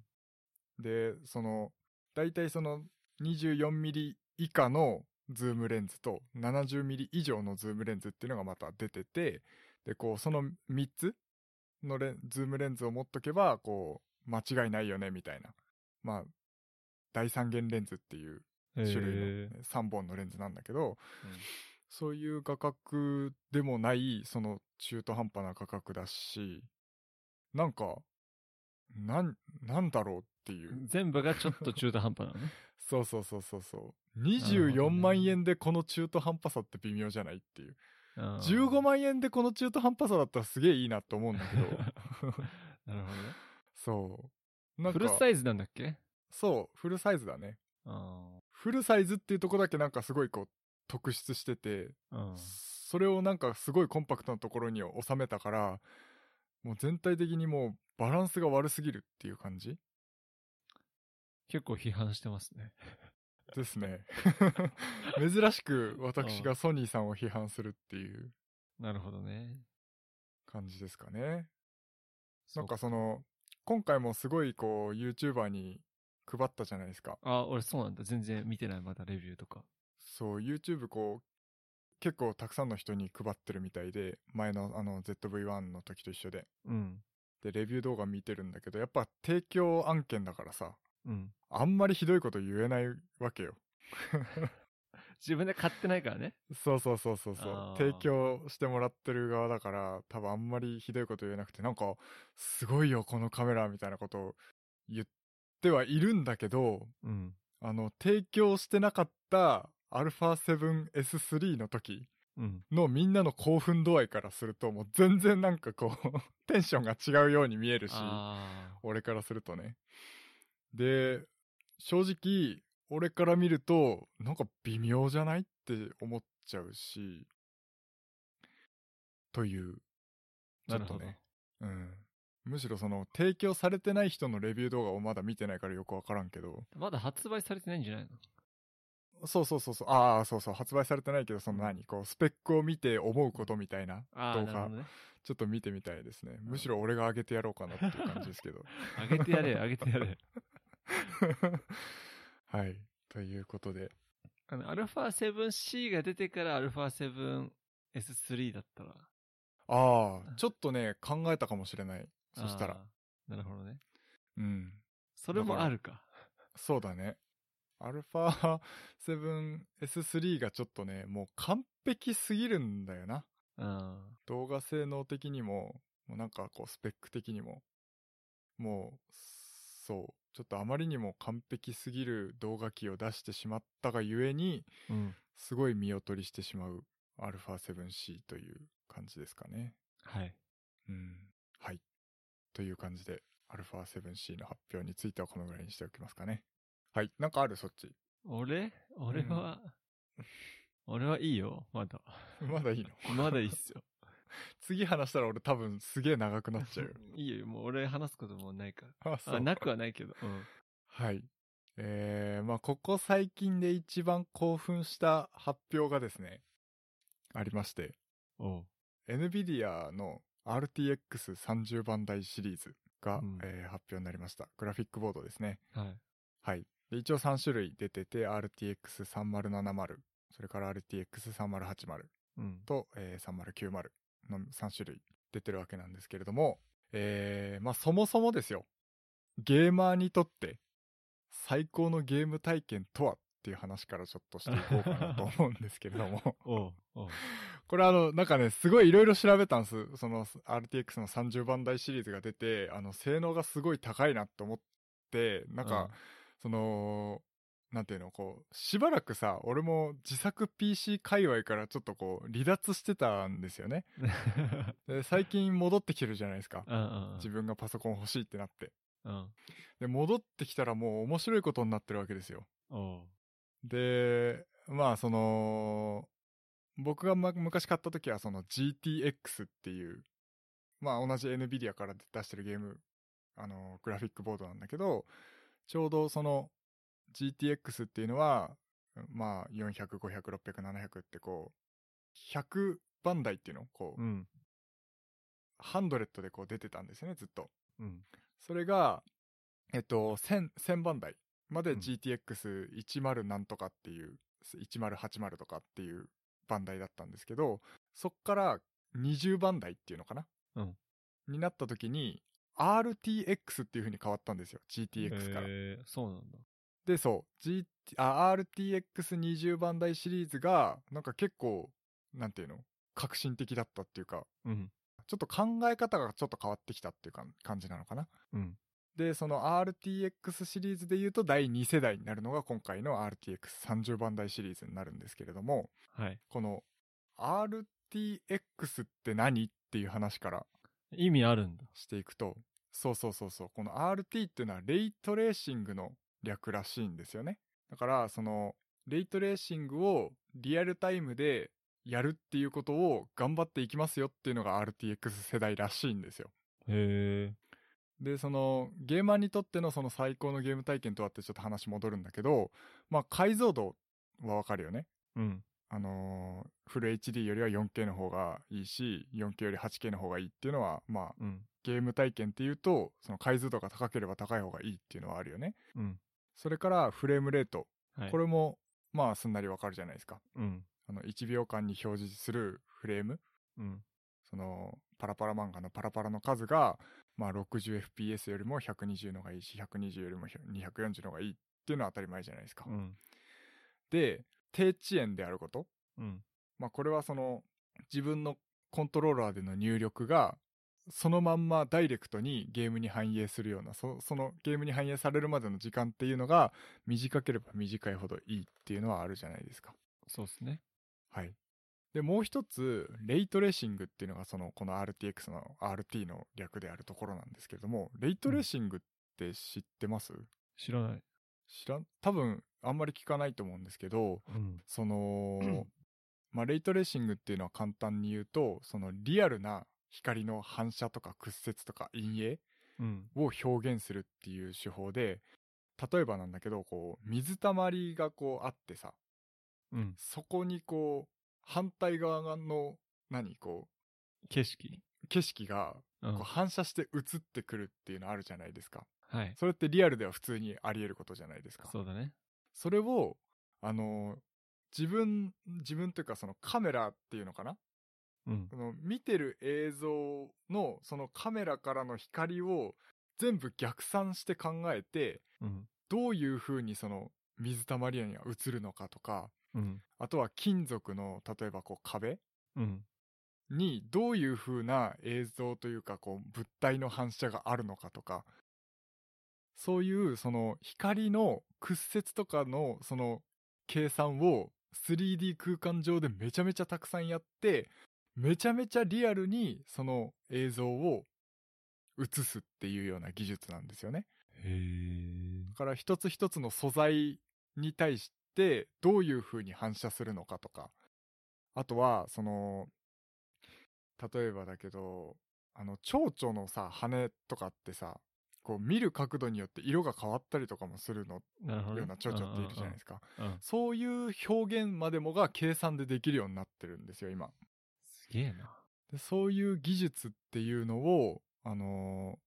Speaker 1: でその大体その 24mm 以下のズームレンズと 70mm 以上のズームレンズっていうのがまた出ててでこうその3つのレンズームレンズを持っとけばこう間違いないよねみたいなまあ大三元レンズっていう種類の
Speaker 2: え
Speaker 1: 3本のレンズなんだけど、
Speaker 2: うん
Speaker 1: そういう画角でもないその中途半端な価格だしなんかなんなんだろうっていう
Speaker 2: ー全部がちょっと中途半端なのね。
Speaker 1: そうそうそうそうそう。
Speaker 2: るほどね
Speaker 1: 24万円でこの中途半端さって微妙じゃないっていう。
Speaker 2: あー
Speaker 1: 15万
Speaker 2: [laughs]
Speaker 1: 円でこの中途半端さだったらすげえいいなと思うんだけど。
Speaker 2: なるほ
Speaker 1: そう。な
Speaker 2: どね。
Speaker 1: ん
Speaker 2: フ
Speaker 1: か、
Speaker 2: ルサイズなんだっけ
Speaker 1: そう、フルサイズだね。
Speaker 2: あ
Speaker 1: フルサイズっていうとこだけなんかすごいこう、特出してて、
Speaker 2: ーうん
Speaker 1: それをなんかすごいコンパクトなところに収めたから、もう全体的にもうバランスが悪すぎるっていう感じ
Speaker 2: 結構批判してますね。
Speaker 1: です
Speaker 2: [laughs]
Speaker 1: ね。 [laughs] 珍しく私がソニーさんを批判するっていう
Speaker 2: なるほどね。
Speaker 1: 感じですかね。なんかその、今回もすごいこう、YouTuber に配ったじゃないですか。
Speaker 2: あ、俺そうなんだ。全然見てない、まだレビューとか。
Speaker 1: そう、YouTube こう、結構たくさんの人に配ってるみたいで、前のあの ZV-1 の時と一緒で。
Speaker 2: うん。
Speaker 1: で、レビュー動画見てるんだけど、やっぱ提供案件だからさ、
Speaker 2: うん。
Speaker 1: あんまりひどいこと言えないわけよ。
Speaker 2: 自分で買ってないからね。
Speaker 1: そうそうそうそうそう
Speaker 2: あ。ー
Speaker 1: 提供してもらってる側だから、多分あんまりひどいこと言えなくて、なんか、すごいよ、このカメラ、みたいなことを言ってはいるんだけど、
Speaker 2: うん。
Speaker 1: あの、提供してなかった α7S3 の時
Speaker 2: うん。
Speaker 1: のみんなの興奮度合いからすると、もう全然なんかこう、 [laughs] テンションが違うように見えるし、
Speaker 2: あ
Speaker 1: 俺からするとね。で、正直、俺から見ると、なんか微妙じゃないって思っちゃうし、という、
Speaker 2: あ。なるほ
Speaker 1: ち
Speaker 2: ど
Speaker 1: ょっ。とね。うん。むしろその、提供されてない人のレビュー動画をまだ見てないからよくわからんけど、
Speaker 2: まだ発売されてないんじゃないの
Speaker 1: そうそうそうそう。ああ、そうそう。発売されてないけど、その何こう、スペックを見て思うことみたいな。
Speaker 2: ああ、
Speaker 1: 動
Speaker 2: な
Speaker 1: 画
Speaker 2: るほどね。
Speaker 1: ちょっと見てみたいですね。むしろ俺が上げてやろうかなっていう感じですけ [laughs] ど。
Speaker 2: 上げてやれ、上げてやれ。
Speaker 1: はい。ということで。
Speaker 2: [laughs] あの、α7C が出てから α7S3 だったら。
Speaker 1: ああ、ちょっとね、考えたかもしれない。そしたら。
Speaker 2: あー。なるほどね。
Speaker 1: うん。
Speaker 2: それもあるか。
Speaker 1: そうだね。α7S3 がちょっとね、もう完璧すぎるんだよな。
Speaker 2: うん。
Speaker 1: 動画性能的にも、もうなんかこうスペック的にも、もう、そう、ちょっとあまりにも完璧すぎる動画機を出してしまったがゆえに、
Speaker 2: うん。
Speaker 1: すごい見劣りしてしまう α7C という感じですかね。
Speaker 2: はい。
Speaker 1: うん。はい。という感じで、α7C の発表についてはこのぐらいにしておきますかね。はい。なんかあるそっち。 [laughs]
Speaker 2: 俺俺は、俺はいいよ、まだ。
Speaker 1: まだいいの
Speaker 2: まだいいっす [laughs] よ。
Speaker 1: 次話したら俺多分すげえ長くなっ [laughs] ちゃうよ。
Speaker 2: いいよ、もう俺話すこともないから。
Speaker 1: あ、
Speaker 2: あ、なくはないけど。うん。
Speaker 1: はい。えー、まあここ最近で一番興奮した発表がですね、ありまして、
Speaker 2: おう
Speaker 1: NVIDIA の RTX 30番台シリーズが、
Speaker 2: うん
Speaker 1: えー発表になりました。グラフィックボードですね。
Speaker 2: はい。
Speaker 1: はい。で一応3種類出てて、RTX3070、それから RTX3080
Speaker 2: うん。
Speaker 1: と、えー3090の3種類出てるわけなんですけれども、えーまあそもそもですよ。ゲーマーにとって最高のゲーム体験とはっていう話からちょっとしていこうかなと思うんですけれど
Speaker 2: [laughs]
Speaker 1: も。
Speaker 2: おうおう
Speaker 1: これあの、なんかね、すごいいろいろ調べたんです。その RTX の30番台シリーズが出て、あの、性能がすごい高いなって思って、なんか、、その、なんていうの、こう、しばらくさ、俺も自作 PC 界隈からちょっとこう、離脱してたんですよね。
Speaker 2: うん
Speaker 1: で最近戻ってきてるじゃないですか。
Speaker 2: うんうん
Speaker 1: 自分がパソコン欲しいってなって。
Speaker 2: うん。
Speaker 1: で、戻ってきたらもう面白いことになってるわけですよ。
Speaker 2: おう
Speaker 1: で、まあその、僕が、ま、昔買った時はその GTX っていう、まあ同じ NVIDIA から出してるゲーム、あの、グラフィックボードなんだけど、ちょうどその GTX っていうのは、まあ400、500、600、700ってこう、100番台っていうのこう、
Speaker 2: うん。
Speaker 1: ハンドレットでこう出てたんですよね、ずっと。
Speaker 2: うん。
Speaker 1: それが、えっと、1000、1000番台まで
Speaker 2: うん
Speaker 1: GTX10 なんとかっていう、1080とかっていう番台だったんですけど、そっから20番台っていうのかな、
Speaker 2: うん
Speaker 1: になった時に、RTX っていう風に変わったんですよ。GTX から。
Speaker 2: えーそうなんだ。
Speaker 1: で、そう、GT、あ、RTX20 番台シリーズが、なんか結構、なんていうの革新的だったっていうか、
Speaker 2: うん。
Speaker 1: ちょっと考え方がちょっと変わってきたっていうか感じなのかな。
Speaker 2: うん。
Speaker 1: で、その RTX シリーズで言うと第2世代になるのが今回の RTX30 番台シリーズになるんですけれども、
Speaker 2: はい。
Speaker 1: この RTX って何っていう話から
Speaker 2: 意味あるんだ。
Speaker 1: していくと、そうそうそうそう、この RT っていうのはレイトレーシングの略らしいんですよね。だから、そのレイトレーシングをリアルタイムでやるっていうことを頑張っていきますよっていうのが RTX 世代らしいんですよ。
Speaker 2: へえ。
Speaker 1: で、その、ゲーマーにとってのその最高のゲーム体験とはってちょっと話戻るんだけど、まあ解像度はわかるよね。
Speaker 2: うん。
Speaker 1: あのーフル HD よりは 4K の方がいいし、4K より 8K の方がいいっていうのは、まあ
Speaker 2: うん。
Speaker 1: ゲーム体験っていうと、その解像度が高ければ高い方がいいっていうのはあるよね。
Speaker 2: うん。
Speaker 1: それからフレームレート。
Speaker 2: はい。
Speaker 1: これも、まあすんなりわかるじゃないですか。
Speaker 2: うん。
Speaker 1: あの、1秒間に表示するフレーム。
Speaker 2: うん。
Speaker 1: そのパラパラ漫画のパラパラの数が、まあ、60fps よりも120のがいいし120よりも240のがいいっていうのは当たり前じゃないですか。
Speaker 2: うん。
Speaker 1: で低遅延であること、
Speaker 2: うん。
Speaker 1: まあ、これはその自分のコントローラーでの入力がそのまんまダイレクトにゲームに反映するようなそそのゲームに反映されるまでの時間っていうのが短ければ短いほどいいっていうのはあるじゃないですか。
Speaker 2: そうですね。
Speaker 1: はい。で、もう一つ、レイトレーシングっていうのが、その、この RTX の RT の略であるところなんですけれども、レイトレーシングって知ってます、
Speaker 2: 知らない。
Speaker 1: 知らん多分、あんまり聞かないと思うんですけど、
Speaker 2: うん。
Speaker 1: その、まあ、レイトレーシングっていうのは簡単に言うと、そのリアルな光の反射とか屈折とか陰
Speaker 2: うん。
Speaker 1: 影を表現するっていう手法で、例えばなんだけど、こう、水たまりがこうあってさ、
Speaker 2: うん。
Speaker 1: そこにこう、反対側の、何、こ
Speaker 2: 景色。
Speaker 1: う、景色が
Speaker 2: う
Speaker 1: こ
Speaker 2: ん
Speaker 1: う。反射して映ってくるっていうのあるじゃないですか。
Speaker 2: はい。
Speaker 1: それってリアルでは普通にあり得ることじゃないですか。
Speaker 2: そうだね。
Speaker 1: それを、あの、自分、自分というかそのカメラっていうのかな
Speaker 2: うん。
Speaker 1: その見てる映像のそのカメラからの光を全部逆算して考えて、
Speaker 2: うん。
Speaker 1: どういう風にその水たまりには映るのかとか、
Speaker 2: うん。
Speaker 1: あとは金属の例えばこう壁
Speaker 2: うん。
Speaker 1: にどういう風な映像というかこう物体の反射があるのかとかそういうその光の屈折とかのその計算を 3D 空間上でめちゃめちゃたくさんやってめちゃめちゃリアルにその映像を映すっていうような技術なんですよね。
Speaker 2: へえ。
Speaker 1: だから一つ一つの素材に対してどういう風に反射するのかとかあとはその例えばだけどあの蝶々のさ羽とかってさこう見る角度によって色が変わったりとかもするのよ
Speaker 2: なるほどね。
Speaker 1: うな蝶々っているじゃないですすか
Speaker 2: か。うん。
Speaker 1: そういう表現までもが計算でできるようになってるんですよ今
Speaker 2: すげえな。
Speaker 1: でそういう技術っていうのをあの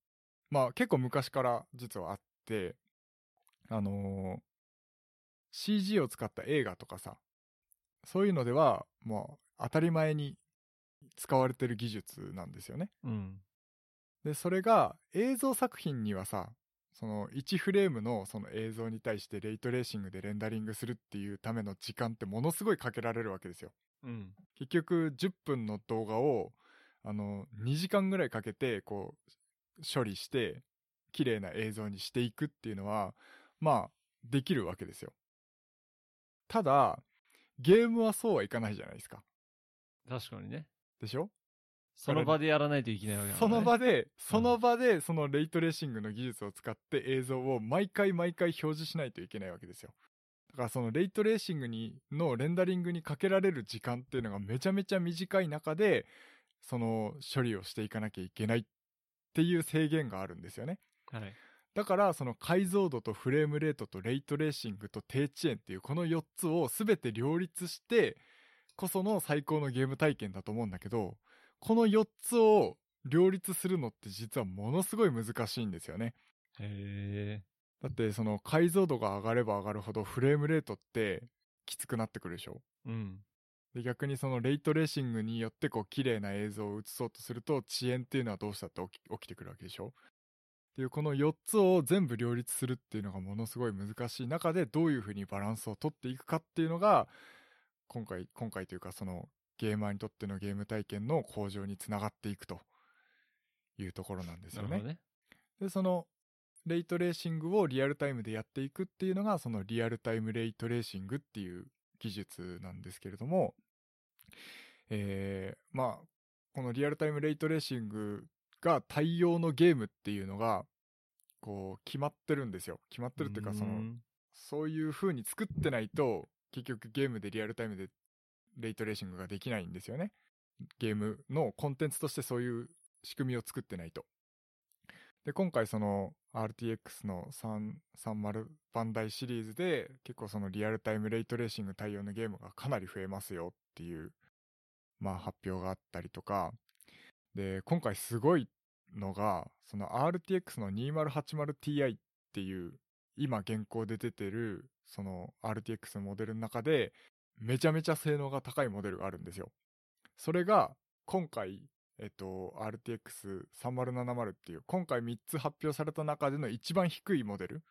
Speaker 1: まあ結構昔から実はあって、あのー CG を使った映画とかさ、そういうのでは、もう当たり前に使われてる技術なんですよね。
Speaker 2: うん。
Speaker 1: で、それが映像作品にはさ、その1フレームのその映像に対してレイトレーシングでレンダリングするっていうための時間ってものすごいかけられるわけですよ。
Speaker 2: うん。
Speaker 1: 結局10分の動画をあの2時間ぐらいかけてこう処理して綺麗な映像にしていくっていうのはまあできるわけですよただゲームはそうはいかないじゃないですか
Speaker 2: 確かにね。
Speaker 1: でしょ
Speaker 2: その場でやらないといけないわけだか
Speaker 1: そ
Speaker 2: らね
Speaker 1: の場でその場でそのレイトレーシングの技術を使って映像を毎回毎回表示しないといけないわけですよだからそのレイトレーシングにのレンダリングにかけられる時間っていうのがめちゃめちゃ短い中でその処理をしていかなきゃいけないっていう制限があるんですよね
Speaker 2: はい。
Speaker 1: だからその解像度とフレームレートとレイトレーシングと低遅延っていうこの4つを全て両立してこその最高のゲーム体験だと思うんだけどこの4つを両立するのって実はものすごい難しいんですよね
Speaker 2: へえ。
Speaker 1: だってその解像度が上がれば上がるほどフレームレートってきつくなってくるでしょ
Speaker 2: うん。
Speaker 1: で逆にそのレイトレーシングによってこう綺麗な映像を映そうとすると遅延っていうのはどうしたって起き起きてくるわけでしょっていうこの4つを全部両立するっていうのがものすごい難しい中でどういうふうにバランスをとっていくかっていうのが今回今回というかそのゲーマーにとってのゲーム体験の向上につながっていくというところなんです
Speaker 2: な
Speaker 1: よ
Speaker 2: るほ
Speaker 1: ね
Speaker 2: ど。ね。
Speaker 1: でそのレイトレーシングをリアルタイムでやっていくっていうのがそのリアルタイムレイトレーシングっていう技術なんですけれどもえーまあこのリアルタイムレイトレーシングが対応のゲームっていうのがこう決まってるんですよ決まってるっていうかその
Speaker 2: うん
Speaker 1: そういう風に作ってないと、結局ゲームでリアルタイムでレイトレーシングができないんですよね。ゲームのコンテンツとしてそういう仕組みを作ってないと。で、今回その RTX の330番台シリーズで結構そのリアルタイムレイトレーシング対応のゲームがかなり増えますよっていう、まあ発表があったりとか、で、今回すごいのが、その RTX の 2080Ti っていう今現行で出てるその RTX のモデルの中でめちゃめちゃ性能が高いモデルがあるんですよそれが今回えっと RTX3070 っていう今回3つ発表された中での一番低いモデル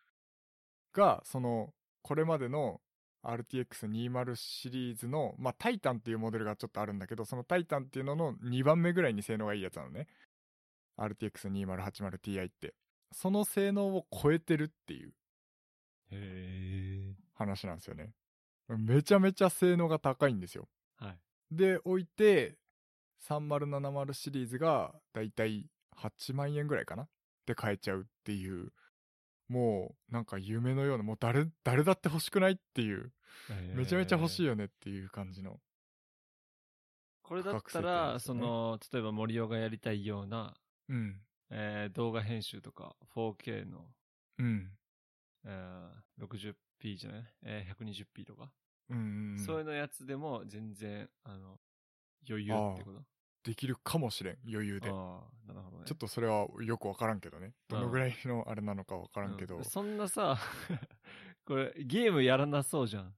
Speaker 1: がそのこれまでの RTX20 シリーズのまあタイタンっていうモデルがちょっとあるんだけどそのタイタンっていうのの2番目ぐらいに性能がいいやつなのね RTX2080Ti ってその性能を超えてるっていう
Speaker 2: へ
Speaker 1: 話なんですよね。めちゃめちゃ性能が高いんですよ。
Speaker 2: え。はい。
Speaker 1: で、置いて、3070シリーズがだいたい8万円ぐらいかなで買えちゃうっていう、もうなんか夢のような、もう誰、誰だって欲しくないっていう、めちゃめちゃ欲しい
Speaker 2: い。
Speaker 1: よねっていう感じの。
Speaker 2: これだっ
Speaker 1: 価格
Speaker 2: た
Speaker 1: 設定なん
Speaker 2: ら、
Speaker 1: です
Speaker 2: そ
Speaker 1: よね
Speaker 2: の、例えば森尾がやりたいような、
Speaker 1: うん。
Speaker 2: えー動画編集とか 4K の、
Speaker 1: うん。
Speaker 2: えー 60p じゃない、えー ?120p とか、
Speaker 1: うん、うん。
Speaker 2: そういうのやつでも全然、あの、余裕ってこと
Speaker 1: できるかもしれん、余裕で。
Speaker 2: ああ、なるほどね。
Speaker 1: ちょっとそれはよくわからんけどね。どのぐらいのあれなのかわからんけど、
Speaker 2: うんそんなさ、 [laughs] これ、ゲームやらなそうじゃん。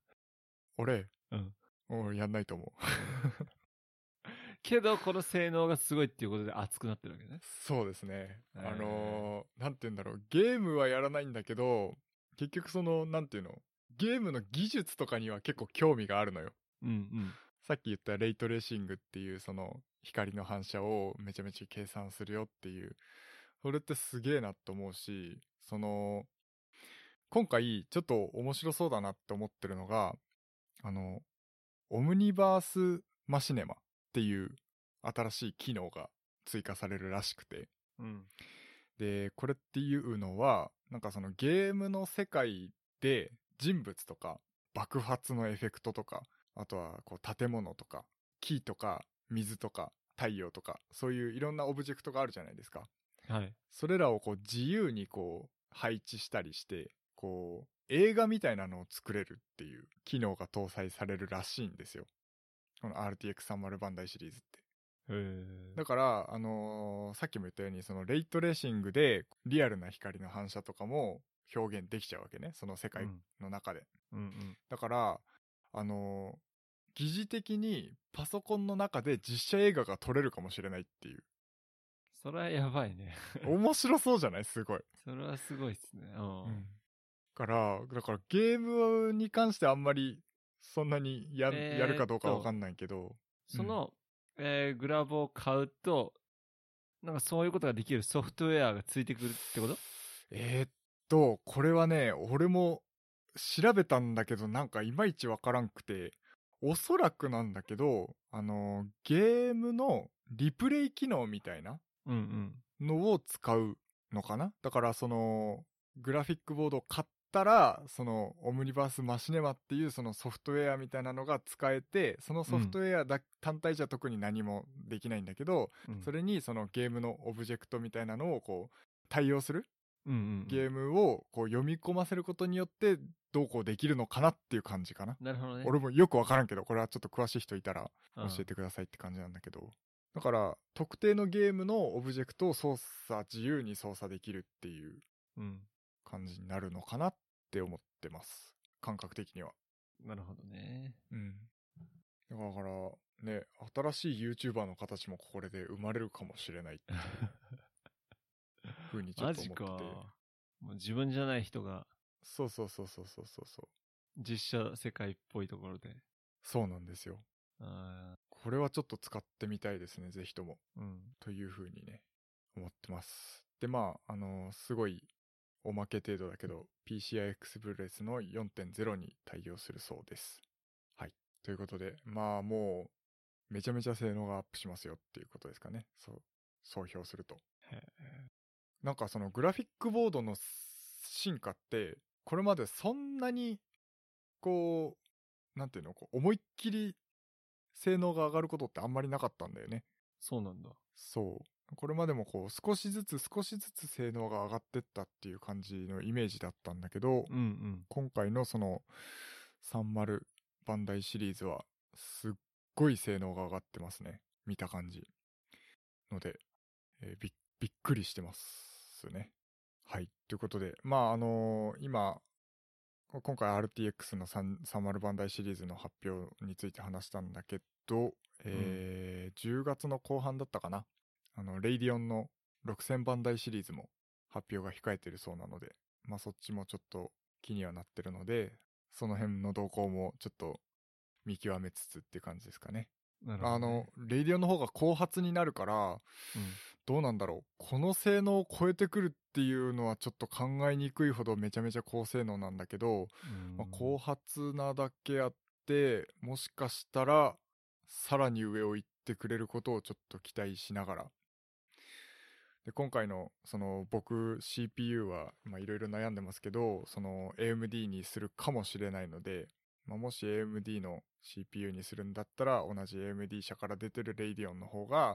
Speaker 1: 俺、
Speaker 2: うん
Speaker 1: 俺やんないと思う。
Speaker 2: けど、この性能がすごいっていうことで熱くなってるわけね。
Speaker 1: そうですね。
Speaker 2: えー
Speaker 1: あのーなんて言うんだろう。ゲームはやらないんだけど、結局その、なんていうのゲームの技術とかには結構興味があるのよ。
Speaker 2: うん
Speaker 1: さっき言ったレイトレーシングっていうその光の反射をめちゃめちゃ計算するよっていう、それってすげえなと思うし、その、今回ちょっと面白そうだなって思ってるのが、あの、オムニバースマシネマっていう新しい機能が追加されるらしくて、
Speaker 2: うん。うん。
Speaker 1: で、これっていうのは、なんかそのゲームの世界で人物とか爆発のエフェクトとか、あとはこう建物とか木とか水とか太陽とか、そういういろんなオブジェクトがあるじゃないですか。
Speaker 2: はい。
Speaker 1: それらをこう自由にこう配置したりして、こう映画みたいなのを作れるっていう機能が搭載されるらしいんですよ。この RTX30 番台シリーズって。
Speaker 2: え
Speaker 1: だから、あのーさっきも言ったように、そのレイトレーシングでリアルな光の反射とかも表現できちゃうわけね。その世界の中で。
Speaker 2: うん
Speaker 1: だから、あのー疑似的にパソコンの中で実写映画が撮れるかもしれないって
Speaker 2: [laughs]
Speaker 1: いう。
Speaker 2: それはやばいね。
Speaker 1: 面白そうじゃないすごい。
Speaker 2: それはすごいっすね。うん。
Speaker 1: から、だからゲームに関してあんまりそんなにや,、
Speaker 2: えーっと
Speaker 1: やるかどうかわかんないけど、
Speaker 2: その、えーグラボを買うと、なんかそういうことができるソフトウェアがついてくるってこと
Speaker 1: えーっと、これはね、俺も調べたんだけど、なんかいまいちわからんくて、おそらくなんだけど、あの、ゲームのリプレイ機能みたいな
Speaker 2: うんうん。
Speaker 1: のを使うのかなだからそのグラフィックボードを買ったらそのオムニバースマシネマっていうそのソフトウェアみたいなのが使えてそのソフトウェアだ、単体じゃ特に何もできないんだけど、
Speaker 2: うん
Speaker 1: それにそのゲームのオブジェクトみたいなのをこう対応する
Speaker 2: うんうん、
Speaker 1: ゲームをこう読み込ませることによってどうこうできるのかなっていう感じかな、
Speaker 2: なるほどね。
Speaker 1: 俺もよくわからんけどこれはちょっと詳しい人いたら
Speaker 2: うん
Speaker 1: 教えてくださいって感じなんだけど、だから特定のゲームのオブジェクトを操作自由に操作できるっていう
Speaker 2: うん。
Speaker 1: 感じになるのかなって思ってます感覚的には
Speaker 2: なるほど [laughs] ね。
Speaker 1: うんだからね新しい YouTuber の形もこれで生まれるかもしれないっていう風にちょ
Speaker 2: マ
Speaker 1: っと
Speaker 2: ジ
Speaker 1: 思
Speaker 2: か。
Speaker 1: ってて
Speaker 2: もう自分じゃない人が
Speaker 1: そうそうそうそうそうそうそう
Speaker 2: 実写世界っぽいところで。
Speaker 1: そうなんですよ
Speaker 2: あ
Speaker 1: これはちょっと使ってみたいですねぜひとも
Speaker 2: ーうん。
Speaker 1: というふうにね、思ってます。で、まあ、あのすごい、おまけ程度だけど、PCI Express の4.0に対応するそうです。はい。ということで、まあ、もう、めちゃめちゃ性能がアップしますよっていうことですかね。そう、総評すると
Speaker 2: へ。
Speaker 1: なんかそのグラフィックボードの進化って、これまでそんなに、こう、なんていうの、こう思いっきり性能が上がることってあんまりなかったんだよね。
Speaker 2: そうなんだ。
Speaker 1: そう。これまでもこう少しずつ少しずつ性能が上がってったっていう感じのイメージだったんだけど、
Speaker 2: うんうん。
Speaker 1: 今回のその30バンダイシリーズはすっごい性能が上がってますね。見た感じ。ので、えーびっびっくりしてますね。はい。ということで、まああのー今、こ今回 RTX の3 30番台シリーズの発表について話したんだけど、えー10月の後半だったかな。あの、レイディオンの6000番台シリーズも発表が控えてるそうなので、まあそっちもちょっと気にはなってるので、その辺の動向もちょっと見極めつつっていう感じですかね。
Speaker 2: なるほど、
Speaker 1: あの、、レイディオンの方が後発になるから、どうなんだろうこの性能を超えてくるっていうのはちょっと考えにくいほどめちゃめちゃ高性能なんだけど、
Speaker 2: うん。
Speaker 1: まあ、後発なだけあってもしかしたらさらに上を行ってくれることをちょっと期待しながらで今回のその僕 CPU はまあいろいろ悩んでますけどその AMD にするかもしれないので、まあ、もし AMD の CPU にするんだったら同じ AMD 社から出てるレイディオンの方が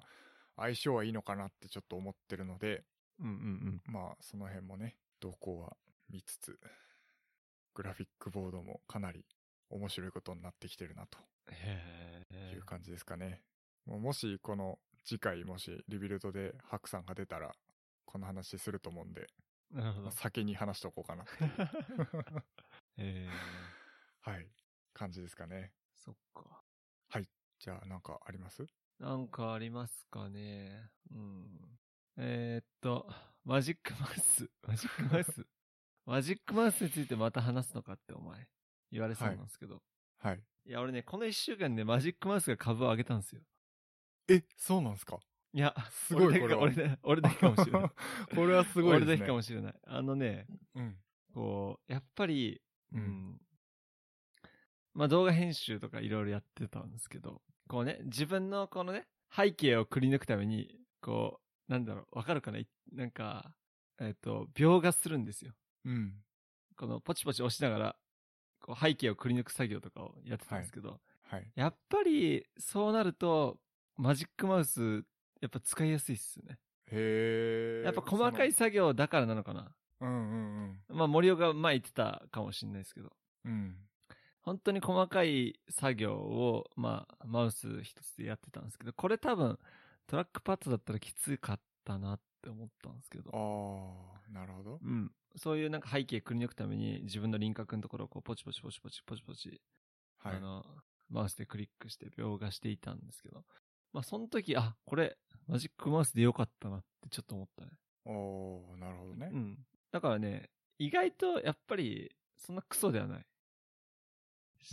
Speaker 1: 相性はいいのかなってちょっと思ってるので
Speaker 2: うんうんうん。
Speaker 1: まあその辺もね動向は見つつグラフィックボードもかなり面白いことになってきてるなと
Speaker 2: へ
Speaker 1: い
Speaker 2: え
Speaker 1: う。感じですかね、もうもしこの次回もしリビルドでハクさんが出たらこの話すると思うんで、
Speaker 2: なるほど。
Speaker 1: 先に話しておこうかなっていう
Speaker 2: [laughs] へえ。 [laughs]
Speaker 1: はい感じですかね
Speaker 2: そっか。
Speaker 1: じゃあなんかあります
Speaker 2: なんかありますかね。うん。えー、っと、マジックマウス。マジックマウス。 [laughs] マジックマウスについてまた話すのかってお前、言われそうなんですけど。
Speaker 1: はい
Speaker 2: い、や、俺ね、この一週間でマジックマウスが株を上げたんですよ。
Speaker 1: えそうなんすか
Speaker 2: いや、
Speaker 1: すごい
Speaker 2: 俺だ
Speaker 1: これは
Speaker 2: 俺だ俺だけかもしれ [laughs] ない。
Speaker 1: [laughs] これはすごいですね
Speaker 2: 俺だけかもしれない。あのね、
Speaker 1: うん
Speaker 2: こう、やっぱり、
Speaker 1: う
Speaker 2: うんん。まあ動画編集とかいろいろやってたんですけど、こうね、自分のこのね、背景をくり抜くために、こう、なんだろう、わかるかないなんか、えっ、と、描画するんですよ。
Speaker 1: うん
Speaker 2: このポチポチ押しながら、こう背景をくり抜く作業とかをやってたんですけど、
Speaker 1: はい
Speaker 2: やっぱりそうなると、マジックマウス、やっぱ使いやすいっすよね。
Speaker 1: へえ
Speaker 2: やっぱ細かい作業だからなのかな。
Speaker 1: うんうんうん
Speaker 2: まあ森尾が前言ってたかもしれないですけど。
Speaker 1: うん
Speaker 2: 本当に細かい作業を、まあ、マウス一つでやってたんですけど、これ多分、トラックパッドだったらきつかったなって思ったんですけど。
Speaker 1: ああ、なるほど。
Speaker 2: うん。そういうなんか背景くり抜くために自分の輪郭のところをこうポチポチポチポチポチポチ、
Speaker 1: はい
Speaker 2: あ。の、マウスでクリックして描画していたんですけど。まあその時、あ、これマジックマウスでよかったなってちょっと思ったね。
Speaker 1: おー、なるほどね
Speaker 2: う。ん。だからね、意外とやっぱりそんなクソではない。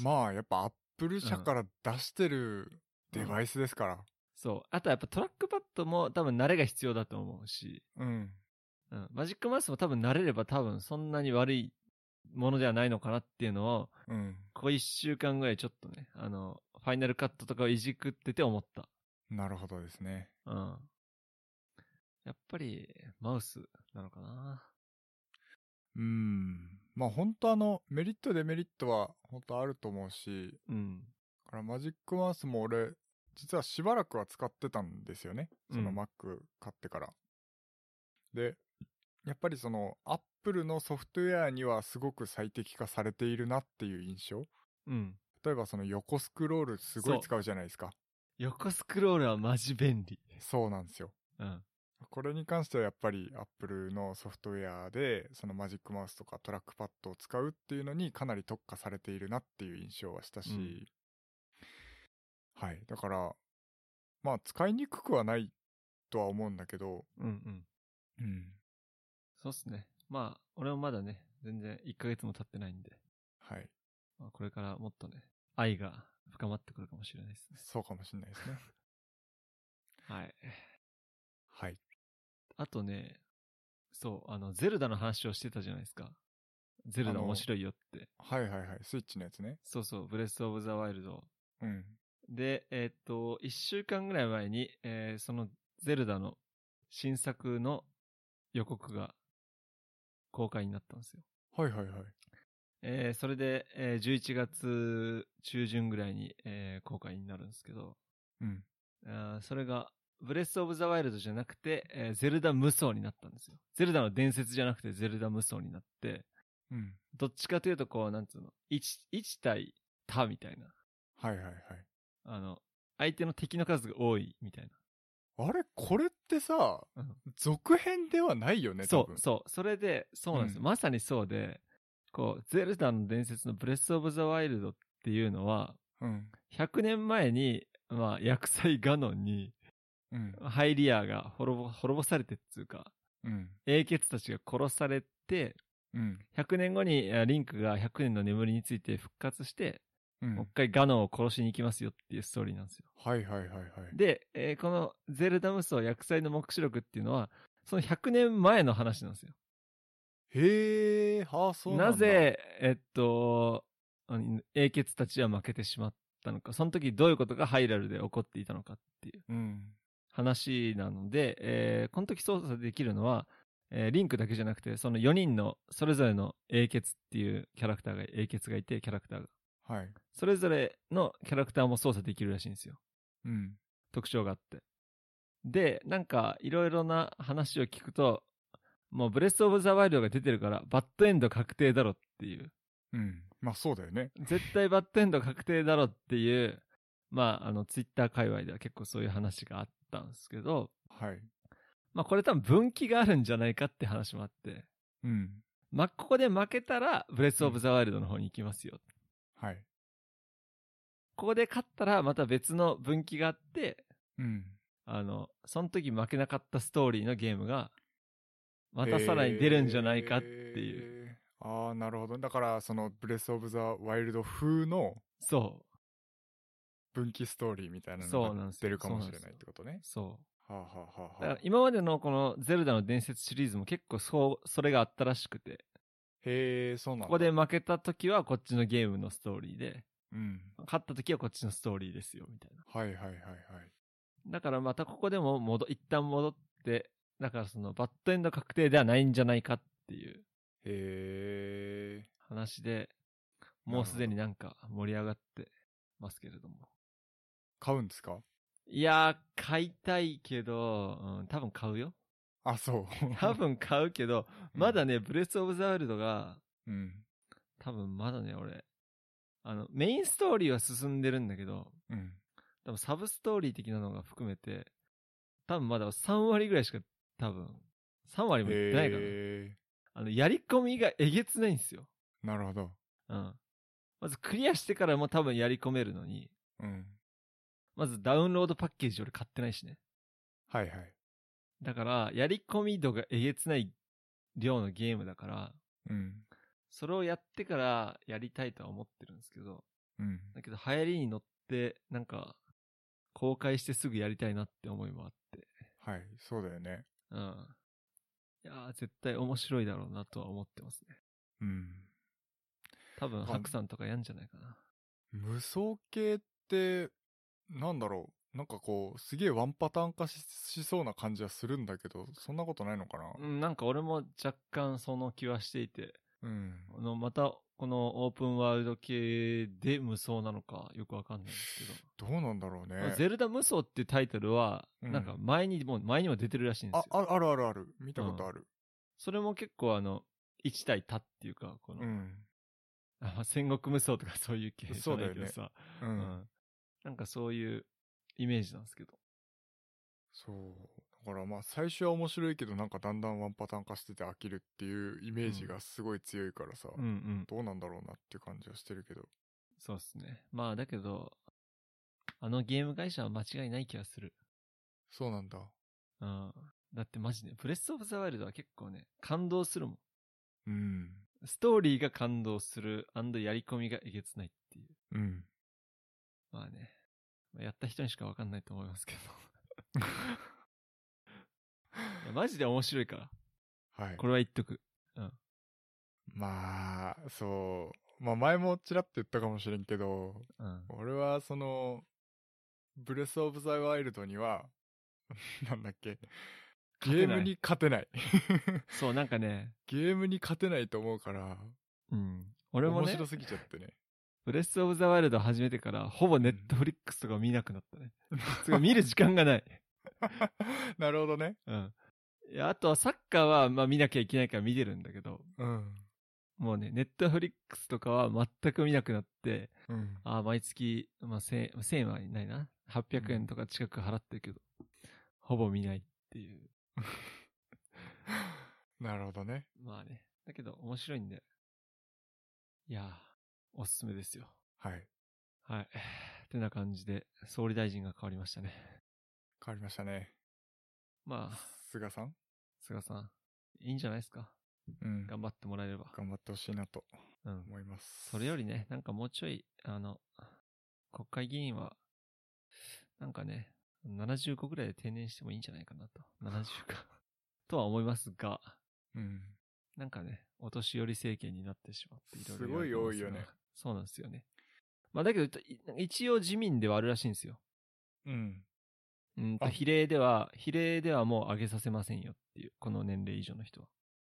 Speaker 1: まあ、やっぱアップル社から出してるデバイスですから。
Speaker 2: そう。あとはやっぱトラックパッドも多分慣れが必要だと思うし、
Speaker 1: うん。
Speaker 2: うん。マジックマウスも多分慣れれば多分そんなに悪いものではないのかなっていうのを、
Speaker 1: うん。
Speaker 2: ここ一週間ぐらいちょっとね、あの、ファイナルカットとかをいじくってて思った。
Speaker 1: なるほどですね。
Speaker 2: うん。やっぱり、マウスなのかな
Speaker 1: うん。まあ、本当あの、メリットデメリットは本当あると思うし、
Speaker 2: うん。
Speaker 1: だからマジックマウスも俺、実はしばらくは使ってたんですよね。その
Speaker 2: うん
Speaker 1: Mac 買ってから。で、やっぱりその Apple のソフトウェアにはすごく最適化されているなっていう印象。
Speaker 2: うん。
Speaker 1: 例えばその横スクロールすご
Speaker 2: そ
Speaker 1: いう使うじゃないですか。
Speaker 2: 横スクロールはマジ便利。
Speaker 1: そうなんですよ。
Speaker 2: うん。
Speaker 1: これに関してはやっぱり Apple のソフトウェアでそのマジックマウスとかトラックパッドを使うっていうのにかなり特化されているなっていう印象はしたし、
Speaker 2: うん
Speaker 1: はいだからまあ使いにくくはないとは思うんだけど、
Speaker 2: うんうん。
Speaker 1: うん、
Speaker 2: そうっすね。まあ、俺もまだね、全然1ヶ月も経ってないんで、
Speaker 1: はい
Speaker 2: まあ、これからもっとね、愛が深まってくるかもしれないですね。
Speaker 1: そうかもしれないですね
Speaker 2: はい。
Speaker 1: [laughs] はい
Speaker 2: あとね、そう、あの、ゼルダの話をしてたじゃないですか。ゼルダ面白いよって。
Speaker 1: はいはいはいスイッチのやつね
Speaker 2: そうそう、ブレスオブザワイルド。
Speaker 1: うん
Speaker 2: で、えーっと、一週間ぐらい前に、えーそのゼルダの新作の予告が公開になったんですよ。
Speaker 1: はいはいはい
Speaker 2: えーそれで、えー11月中旬ぐらいに、えー公開になるんですけど、
Speaker 1: うん
Speaker 2: あーそれが、ブレスオブザワイルドじゃなくて、えーゼルダ無双になったんですよ。ゼルダの伝説じゃなくてゼルダ無双になって、
Speaker 1: うん
Speaker 2: どっちかというとこう、なんつうの、1、1対他みたいな。
Speaker 1: はいはいはい
Speaker 2: あの、相手の敵の数が多いみたいな。
Speaker 1: あれこれってさ、
Speaker 2: うん
Speaker 1: 続編ではないよね多
Speaker 2: そ
Speaker 1: 分
Speaker 2: う、そう。それで、そうなんですよ。
Speaker 1: うん
Speaker 2: まさにそうで、こう、ゼルダの伝説のブレスオブザワイルドっていうのは、
Speaker 1: うん
Speaker 2: 100年前に、まあ、薬剤ガノンに、
Speaker 1: うん
Speaker 2: ハイリアが滅ぼ、滅ぼされてっつうか、
Speaker 1: うん
Speaker 2: 英傑たちが殺されて、
Speaker 1: うん
Speaker 2: 100年後にえーリンクが100年の眠りについて復活して、
Speaker 1: うん
Speaker 2: もう一回ガノンを殺しに行きますよっていうストーリーなんですよ。
Speaker 1: はいはいはいはい。
Speaker 2: で、えーこのゼルダ無双薬剤の目視録っていうのは、その100年前の話なんですよ。
Speaker 1: へえ、はあ、そうなんだ。
Speaker 2: なぜ、えっと、あの英傑たちは負けてしまったのか、その時どういうことがハイラルで起こっていたのかっていう
Speaker 1: うん。
Speaker 2: 話なので、えーこの時操作できるのは、えーリンクだけじゃなくて、その4人のそれぞれの英傑っていうキャラクターが、英傑がいて、キャラクターが。
Speaker 1: はい。
Speaker 2: それぞれのキャラクターも操作できるらしいんですよ。
Speaker 1: うん。
Speaker 2: 特徴があって。で、なんか、いろいろな話を聞くと、もうブレスオブザワイルドが出てるから、バッドエンド確定だろっていう。
Speaker 1: うん。まあそうだよね。
Speaker 2: 絶対バッドエンド確定だろっていう、まあ、あの、ツイッター界隈では結構そういう話があったんですけど、
Speaker 1: はい。
Speaker 2: まあ、これ多分分岐があるんじゃないかって話もあって、
Speaker 1: うん。
Speaker 2: まあ、ここで負けたら、ブレスオブザワイルドの方に行きますよ。
Speaker 1: はい。
Speaker 2: ここで勝ったら、また別の分岐があって、
Speaker 1: うん。
Speaker 2: あの、その時負けなかったストーリーのゲームが、またさらに出るんじゃないかっていう。
Speaker 1: う。ああ、なるほど。だから、その、ブレス・オブ・ザ・ワイルド風の
Speaker 2: そ
Speaker 1: 分岐ストーリーみたいな
Speaker 2: そう
Speaker 1: の
Speaker 2: な
Speaker 1: が
Speaker 2: んです
Speaker 1: 出
Speaker 2: よ
Speaker 1: るかもしれないってこと
Speaker 2: う
Speaker 1: ね。。
Speaker 2: そう。
Speaker 1: はあ、はあはあ
Speaker 2: だか
Speaker 1: は
Speaker 2: ら
Speaker 1: あ、
Speaker 2: 今までのこのゼルダの伝説シリーズも結構そう、それがあったらしくて、
Speaker 1: へえ、そうなんだ。
Speaker 2: ここで。負けた時はこっちのゲームのストーリーで、
Speaker 1: うん。
Speaker 2: 勝った時はこっちのストーリーですよ、みたいな。
Speaker 1: はいはいはいはい。
Speaker 2: だからまたここでも戻、一旦戻って、だからそのバッドエンド確定ではないんじゃないかっていう
Speaker 1: へえ。
Speaker 2: 話で、もうすでになんか盛り上がってますけれども。
Speaker 1: 買うんですか
Speaker 2: いやー、買いたいけど、うん、多分買うよ。
Speaker 1: あ、そう。
Speaker 2: 多。分買うけど、まだね、ブレスオブザワイルドが、
Speaker 1: [laughs] うん。
Speaker 2: 多分まだね、俺、あの、メインストーリーは進んでるんだけど、
Speaker 1: うん。
Speaker 2: 多分サブストーリー的なのが含めて、多分まだ3割ぐらいしか、多分、3割もいってないから、
Speaker 1: へ
Speaker 2: あの、やり込みがえげつないんですよ。
Speaker 1: ーなるほど。
Speaker 2: うん。まずクリアしてからも多分やり込めるのに、
Speaker 1: うん。
Speaker 2: まずダウンロードパッケージ俺買ってないしね。
Speaker 1: はいはい。
Speaker 2: だから、やり込み度がえげつない量のゲームだから、
Speaker 1: うん。
Speaker 2: それをやってからやりたいとは思ってるんですけど、
Speaker 1: うん。
Speaker 2: だけど流行りに乗って、なんか、公開してすぐやりたいなって思いもあって。
Speaker 1: はい。そうだよね。
Speaker 2: うん。いやー、絶対面白いだろうなとは思ってますね。
Speaker 1: うん。
Speaker 2: 多分、
Speaker 1: あ
Speaker 2: 白さんとかやんじゃないかな。
Speaker 1: 無双系って、なんだろう。なんかこう、すげえワンパターン化ししそうな感じはするんだけど、そんなことないのかな
Speaker 2: うん、なんか俺も若干その気はしていて、
Speaker 1: うん。
Speaker 2: あの、また、このオープンワールド系で無双なのかよくわかんないんですけど。
Speaker 1: どうなんだろうね。
Speaker 2: ゼルダ無双っていうタイトルは、
Speaker 1: うん
Speaker 2: なんか前にも、前にも出てるらしいんで
Speaker 1: あ
Speaker 2: す、よ。
Speaker 1: あるあるあるある。見たことある。
Speaker 2: それも結構あの、一対多っていうか、この、
Speaker 1: うん。
Speaker 2: あまあ戦国無双とかそういう系じゃないけどさ。
Speaker 1: う。
Speaker 2: うんん。なんかそういうイメージなんですけど。
Speaker 1: そう。だからまあ、最初は面白いけど、なんかだんだんワンパターン化してて飽きるっていうイメージがすごい強いからさ、
Speaker 2: うんうん。
Speaker 1: どうなんだろうなっていう感じはしてるけど。
Speaker 2: そうですね。まあだけど、あのゲーム会社は間違いない気がする。
Speaker 1: そうなんだ。
Speaker 2: うん。だってマジで、ブレスオブザワイルドは結構ね、感動するもん。
Speaker 1: うん。
Speaker 2: ストーリーが感動する、やり込みがえげつないっていう。
Speaker 1: うん。
Speaker 2: まあね。まあやった人にしかわかんないと思いますけ
Speaker 1: [laughs]
Speaker 2: ど。いやマジで面白いから。
Speaker 1: はい。
Speaker 2: これは言っとく。
Speaker 1: まあ、そう。まあ前もちらっと言ったかもしれんけど、
Speaker 2: うん。
Speaker 1: 俺はその、ブレスオブザワイルドには、 [laughs] なんだっけ、ゲームに勝てない。 [laughs]
Speaker 2: そう、なんかね、
Speaker 1: ゲームに勝てないと思うから、
Speaker 2: うん。俺も
Speaker 1: 面
Speaker 2: ね
Speaker 1: 白、すぎちゃってね。 [laughs]
Speaker 2: ブレスオブザワイルド始めてから、ほぼネットフリックスとか見なくな
Speaker 1: [laughs]
Speaker 2: ったね。つうか見る時間がない。
Speaker 1: なるほどね。
Speaker 2: うん。いや、あとはサッカーは、まあ見なきゃいけないから見てるんだけど、
Speaker 1: うん。
Speaker 2: もうね、ネットフリックスとかは全く見なくなって、
Speaker 1: うん。
Speaker 2: あー毎月、まあ、1000円、1000円はいないな。800円とか近く払ってるけど、ほぼ見ないっていう。
Speaker 1: なるほどね。
Speaker 2: まあね。だけど、面白いんで。いやー、おすすめですよ。
Speaker 1: はい。
Speaker 2: はい。ってな感じで、総理大臣が変わりましたね。
Speaker 1: 変わりましたね。
Speaker 2: まあ、
Speaker 1: 菅さん
Speaker 2: 菅さん、いいんじゃないですか。
Speaker 1: うん頑
Speaker 2: 頑張ってもらえれば。
Speaker 1: 張ってほしいなと
Speaker 2: うん。
Speaker 1: 思います。
Speaker 2: それよりね、なんかもうちょい、あの、国会議員は、なんかね、75ぐらいで定年してもいいんじゃないかなと。70か。とは思いますが、
Speaker 1: うん。
Speaker 2: なんかね、お年寄り政権になってしまって、いろいろ言われてます
Speaker 1: すごい多いよ
Speaker 2: が
Speaker 1: ね。
Speaker 2: そうなんですよね。まあだけど、い一応自民ではあるらしいんですよ。
Speaker 1: うん。
Speaker 2: うんと、
Speaker 1: あ
Speaker 2: 比例では、比例ではもう上げさせませんよっていう、この年齢以上の人は。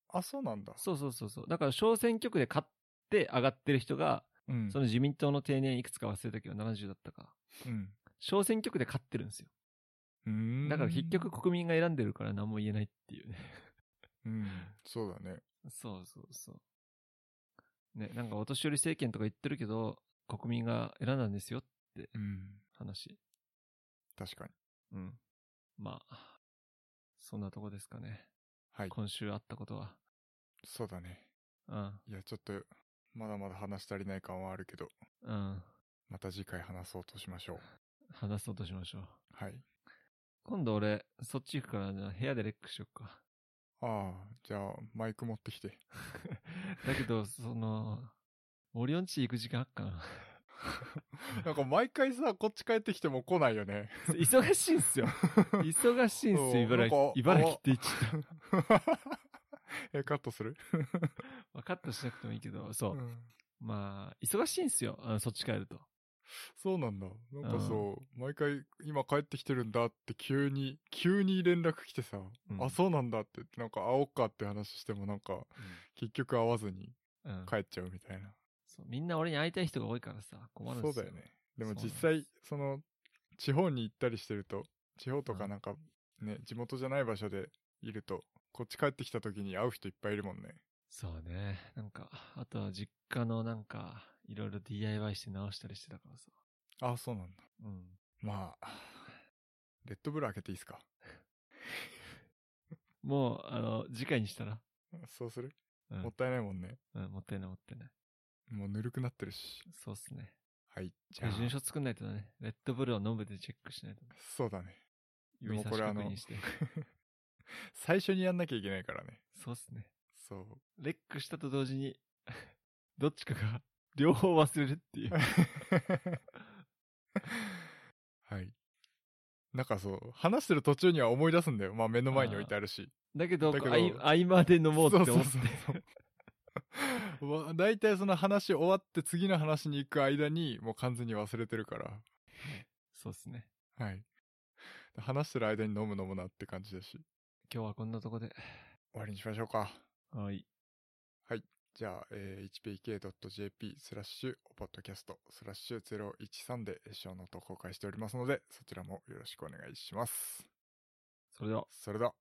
Speaker 1: あ、そうなんだ。
Speaker 2: そうそうそうそう。だから小選挙区で勝って上がってる人が、
Speaker 1: うん。
Speaker 2: その自民党の定年いくつか忘れたけど70だったか。
Speaker 1: うん。
Speaker 2: 小選挙区で勝ってるんですよ。
Speaker 1: うーん
Speaker 2: だから結局、国民が選んでるから何も言えないっていうね。 [laughs]
Speaker 1: うん。そうだね。
Speaker 2: そうそうそう。ね、なんかお年寄り政権とか言ってるけど、国民が選んだんですよって
Speaker 1: うん。
Speaker 2: 話。
Speaker 1: 確かに。
Speaker 2: うん。まあ、そんなとこですかね。
Speaker 1: はい。
Speaker 2: 今週あったことは。
Speaker 1: そうだね。
Speaker 2: うん。
Speaker 1: いや、ちょっと、まだまだ話し足りない感はあるけど、
Speaker 2: うん。
Speaker 1: また次回話そうとしましょう。
Speaker 2: 話そうとしましょう。
Speaker 1: はい。
Speaker 2: 今度俺、そっち行くから、じゃあ部屋でレックしよっか。
Speaker 1: ああ、じゃあ、マイク持ってき [laughs] て。
Speaker 2: だ
Speaker 1: [laughs]
Speaker 2: けど、その、森音地行く時間あっかな。 [laughs]
Speaker 1: なんか毎回さ、こっち帰ってきても来ないよね。 [laughs]
Speaker 2: 忙しいんすよ。忙しいんすよ、茨城。
Speaker 1: うんなんか
Speaker 2: 茨城って言っちゃっ
Speaker 1: え、カットする
Speaker 2: た。分かったしなくてもいいけど、そうう。
Speaker 1: ん
Speaker 2: まあ、忙しいんすよ、あのそっち帰ると。
Speaker 1: そうなんだ。なんかそう、毎回今帰ってきてるんだって急に、急に連絡来てさ、
Speaker 2: うん
Speaker 1: あ、そうなんだって、なんか会おうかって話してもなんか、結局会わずに
Speaker 2: うん。
Speaker 1: 帰っちゃうみたいな。
Speaker 2: そうみんな俺に会いたい人が多いからさ、困るんす
Speaker 1: そ
Speaker 2: よ。
Speaker 1: うだよね。。でも
Speaker 2: そうなん
Speaker 1: 実
Speaker 2: です
Speaker 1: 際、その、地方に行ったりしてると、地方とかなんかね、地元じゃない場所でいると、こっち帰ってきた時に会う人いっぱいいるもんね。
Speaker 2: そうね。なんか、あとは実家のなんか、いろいろ DIY して直したりしてたからさ。
Speaker 1: あ、そうなんだ。
Speaker 2: うん。
Speaker 1: まあ、レッドブル開けていいですか
Speaker 2: もう、あの、次回にしたら、
Speaker 1: そうする、
Speaker 2: うん
Speaker 1: もったいないもんね。
Speaker 2: うん、もったいないもったいない。
Speaker 1: もうぬるくなってるし。
Speaker 2: そうっすね。
Speaker 1: はい、じゃ
Speaker 2: 順
Speaker 1: あ。
Speaker 2: 書作んないとだね。レッドブルを飲むでチェックしないと。
Speaker 1: そうだね。でも
Speaker 2: 指差し
Speaker 1: これあ
Speaker 2: 確
Speaker 1: の
Speaker 2: 認して。
Speaker 1: 最初にやんなきゃいけないからね。
Speaker 2: [laughs] そうっすね。
Speaker 1: そう。
Speaker 2: レックしたと同時に、 [laughs] どっちかが、両方忘れるっ
Speaker 1: [laughs]
Speaker 2: ていう。
Speaker 1: [laughs] はい。なんかそう、話してる途中には思い出すんだよ。まあ目の前に置いてあるし。
Speaker 2: だけど、
Speaker 1: だけど
Speaker 2: こう合合間で飲もうって思って。
Speaker 1: そうそうそうそうわ大体その話終わって次の話に行く間にもう完全に忘れてるから。
Speaker 2: [laughs] そうっすね。
Speaker 1: はい。話してる間に飲むのもなって感じだし。
Speaker 2: 今日はこんなとこで。
Speaker 1: 終わりにしましょうか。
Speaker 2: はい。
Speaker 1: じゃあ、えー hpk.jp スラッシュおポッドキャストスラッシュ013で小ノートを公開しておりますので、そちらもよろしくお願いします。
Speaker 2: それでは。
Speaker 1: それでは。